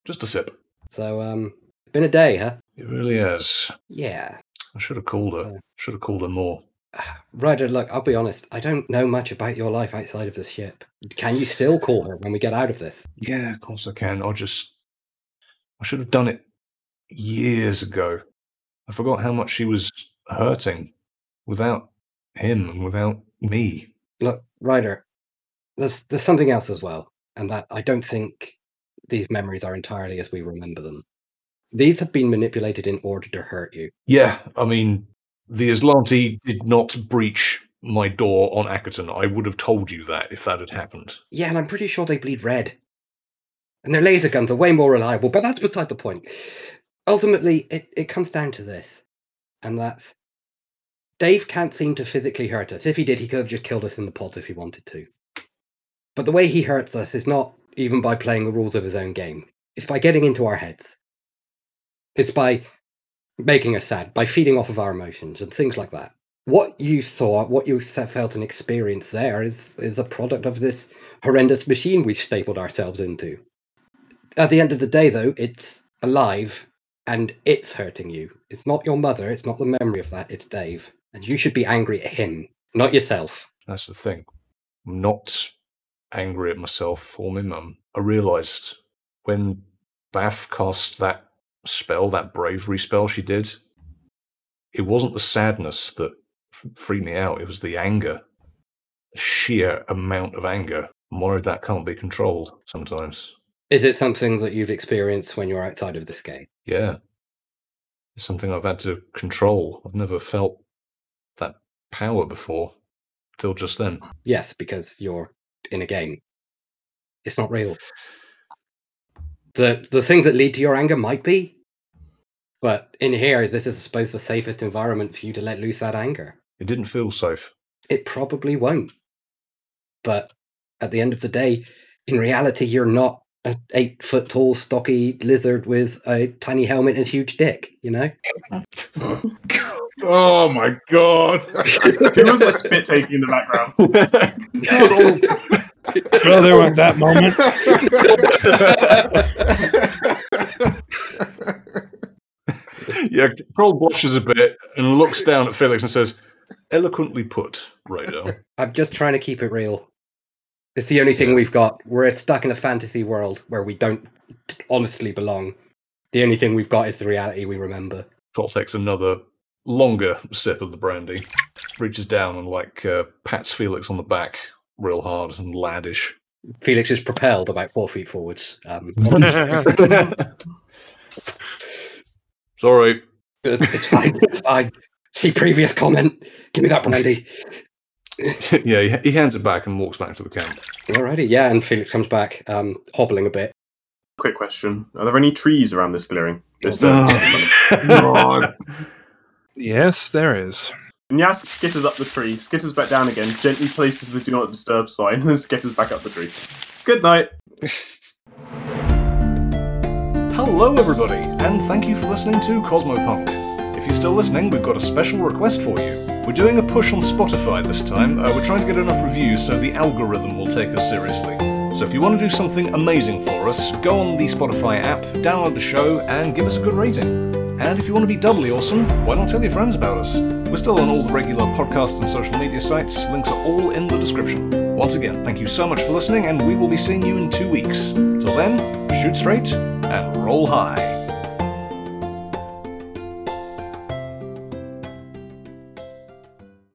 [SPEAKER 1] Just a sip.
[SPEAKER 5] so um, been a day, huh?
[SPEAKER 1] It really has.
[SPEAKER 5] Yeah,
[SPEAKER 1] I should have called her. Should have called her more.
[SPEAKER 5] Ryder. Look, I'll be honest. I don't know much about your life outside of the ship. Can you still call her when we get out of this?
[SPEAKER 1] Yeah, of course I can. I just I should have done it years ago. I forgot how much she was hurting without him and without me.
[SPEAKER 5] Look, Ryder. There's there's something else as well, and that I don't think these memories are entirely as we remember them. These have been manipulated in order to hurt you.
[SPEAKER 1] Yeah, I mean, the Aslanti did not breach my door on Ackerton. I would have told you that if that had happened.
[SPEAKER 5] Yeah, and I'm pretty sure they bleed red. And their laser guns are way more reliable, but that's beside the point. Ultimately, it, it comes down to this. And that's Dave can't seem to physically hurt us. If he did, he could have just killed us in the pods if he wanted to. But the way he hurts us is not even by playing the rules of his own game. It's by getting into our heads. It's by making us sad, by feeding off of our emotions and things like that. What you saw, what you se- felt and experienced there is is a product of this horrendous machine we've stapled ourselves into. At the end of the day, though, it's alive and it's hurting you. It's not your mother, it's not the memory of that, it's Dave. And you should be angry at him, not yourself.
[SPEAKER 1] That's the thing. I'm not angry at myself or my mum. I realised when Bath cast that spell, that bravery spell she did, it wasn't the sadness that f- freaked me out, it was the anger. sheer amount of anger. I'm worried that can't be controlled sometimes.
[SPEAKER 5] Is it something that you've experienced when you're outside of this game?
[SPEAKER 1] Yeah. It's something I've had to control. I've never felt that power before till just then.
[SPEAKER 5] Yes, because you're in a game. It's not real. The the things that lead to your anger might be, but in here, this is I suppose the safest environment for you to let loose that anger.
[SPEAKER 1] It didn't feel safe.
[SPEAKER 5] It probably won't. But at the end of the day, in reality, you're not an eight foot tall, stocky lizard with a tiny helmet and huge dick, you know?
[SPEAKER 3] Oh my god!
[SPEAKER 4] Who was that spit taking in the background?
[SPEAKER 2] Well, there went that moment.
[SPEAKER 1] Yeah, Kroll blushes a bit and looks down at Felix and says, "Eloquently put, Rado."
[SPEAKER 5] I'm just trying to keep it real. It's the only thing we've got. We're stuck in a fantasy world where we don't t- honestly belong. The only thing we've got is the reality we remember.
[SPEAKER 1] Kroll takes another longer sip of the brandy, reaches down and like uh, pats Felix on the back real hard and laddish.
[SPEAKER 5] Felix is propelled about four feet forwards. Um,
[SPEAKER 1] Sorry,
[SPEAKER 5] it's, it's fine. It's fine. See previous comment. Give me that brandy.
[SPEAKER 1] yeah, he, he hands it back and walks back to the camp.
[SPEAKER 5] Alrighty, yeah. And Felix comes back, um, hobbling a bit.
[SPEAKER 4] Quick question: Are there any trees around this clearing? This, uh,
[SPEAKER 3] Oh. God.
[SPEAKER 2] Yes, there is.
[SPEAKER 4] Nyask skitters up the tree, skitters back down again, gently places the do not disturb sign, and then skitters back up the tree. Good night.
[SPEAKER 6] Hello, everybody, and thank you for listening to Cosmopunk. If you're still listening, we've got a special request for you. We're doing a push on Spotify this time. Uh, we're trying to get enough reviews so the algorithm will take us seriously. So if you want to do something amazing for us, go on the Spotify app, download the show, and give us a good rating. And if you want to be doubly awesome, why not tell your friends about us? We're still on all the regular podcast and social media sites. Links are all in the description. Once again, thank you so much for listening, and we will be seeing you in two weeks. Till then, shoot straight and roll high.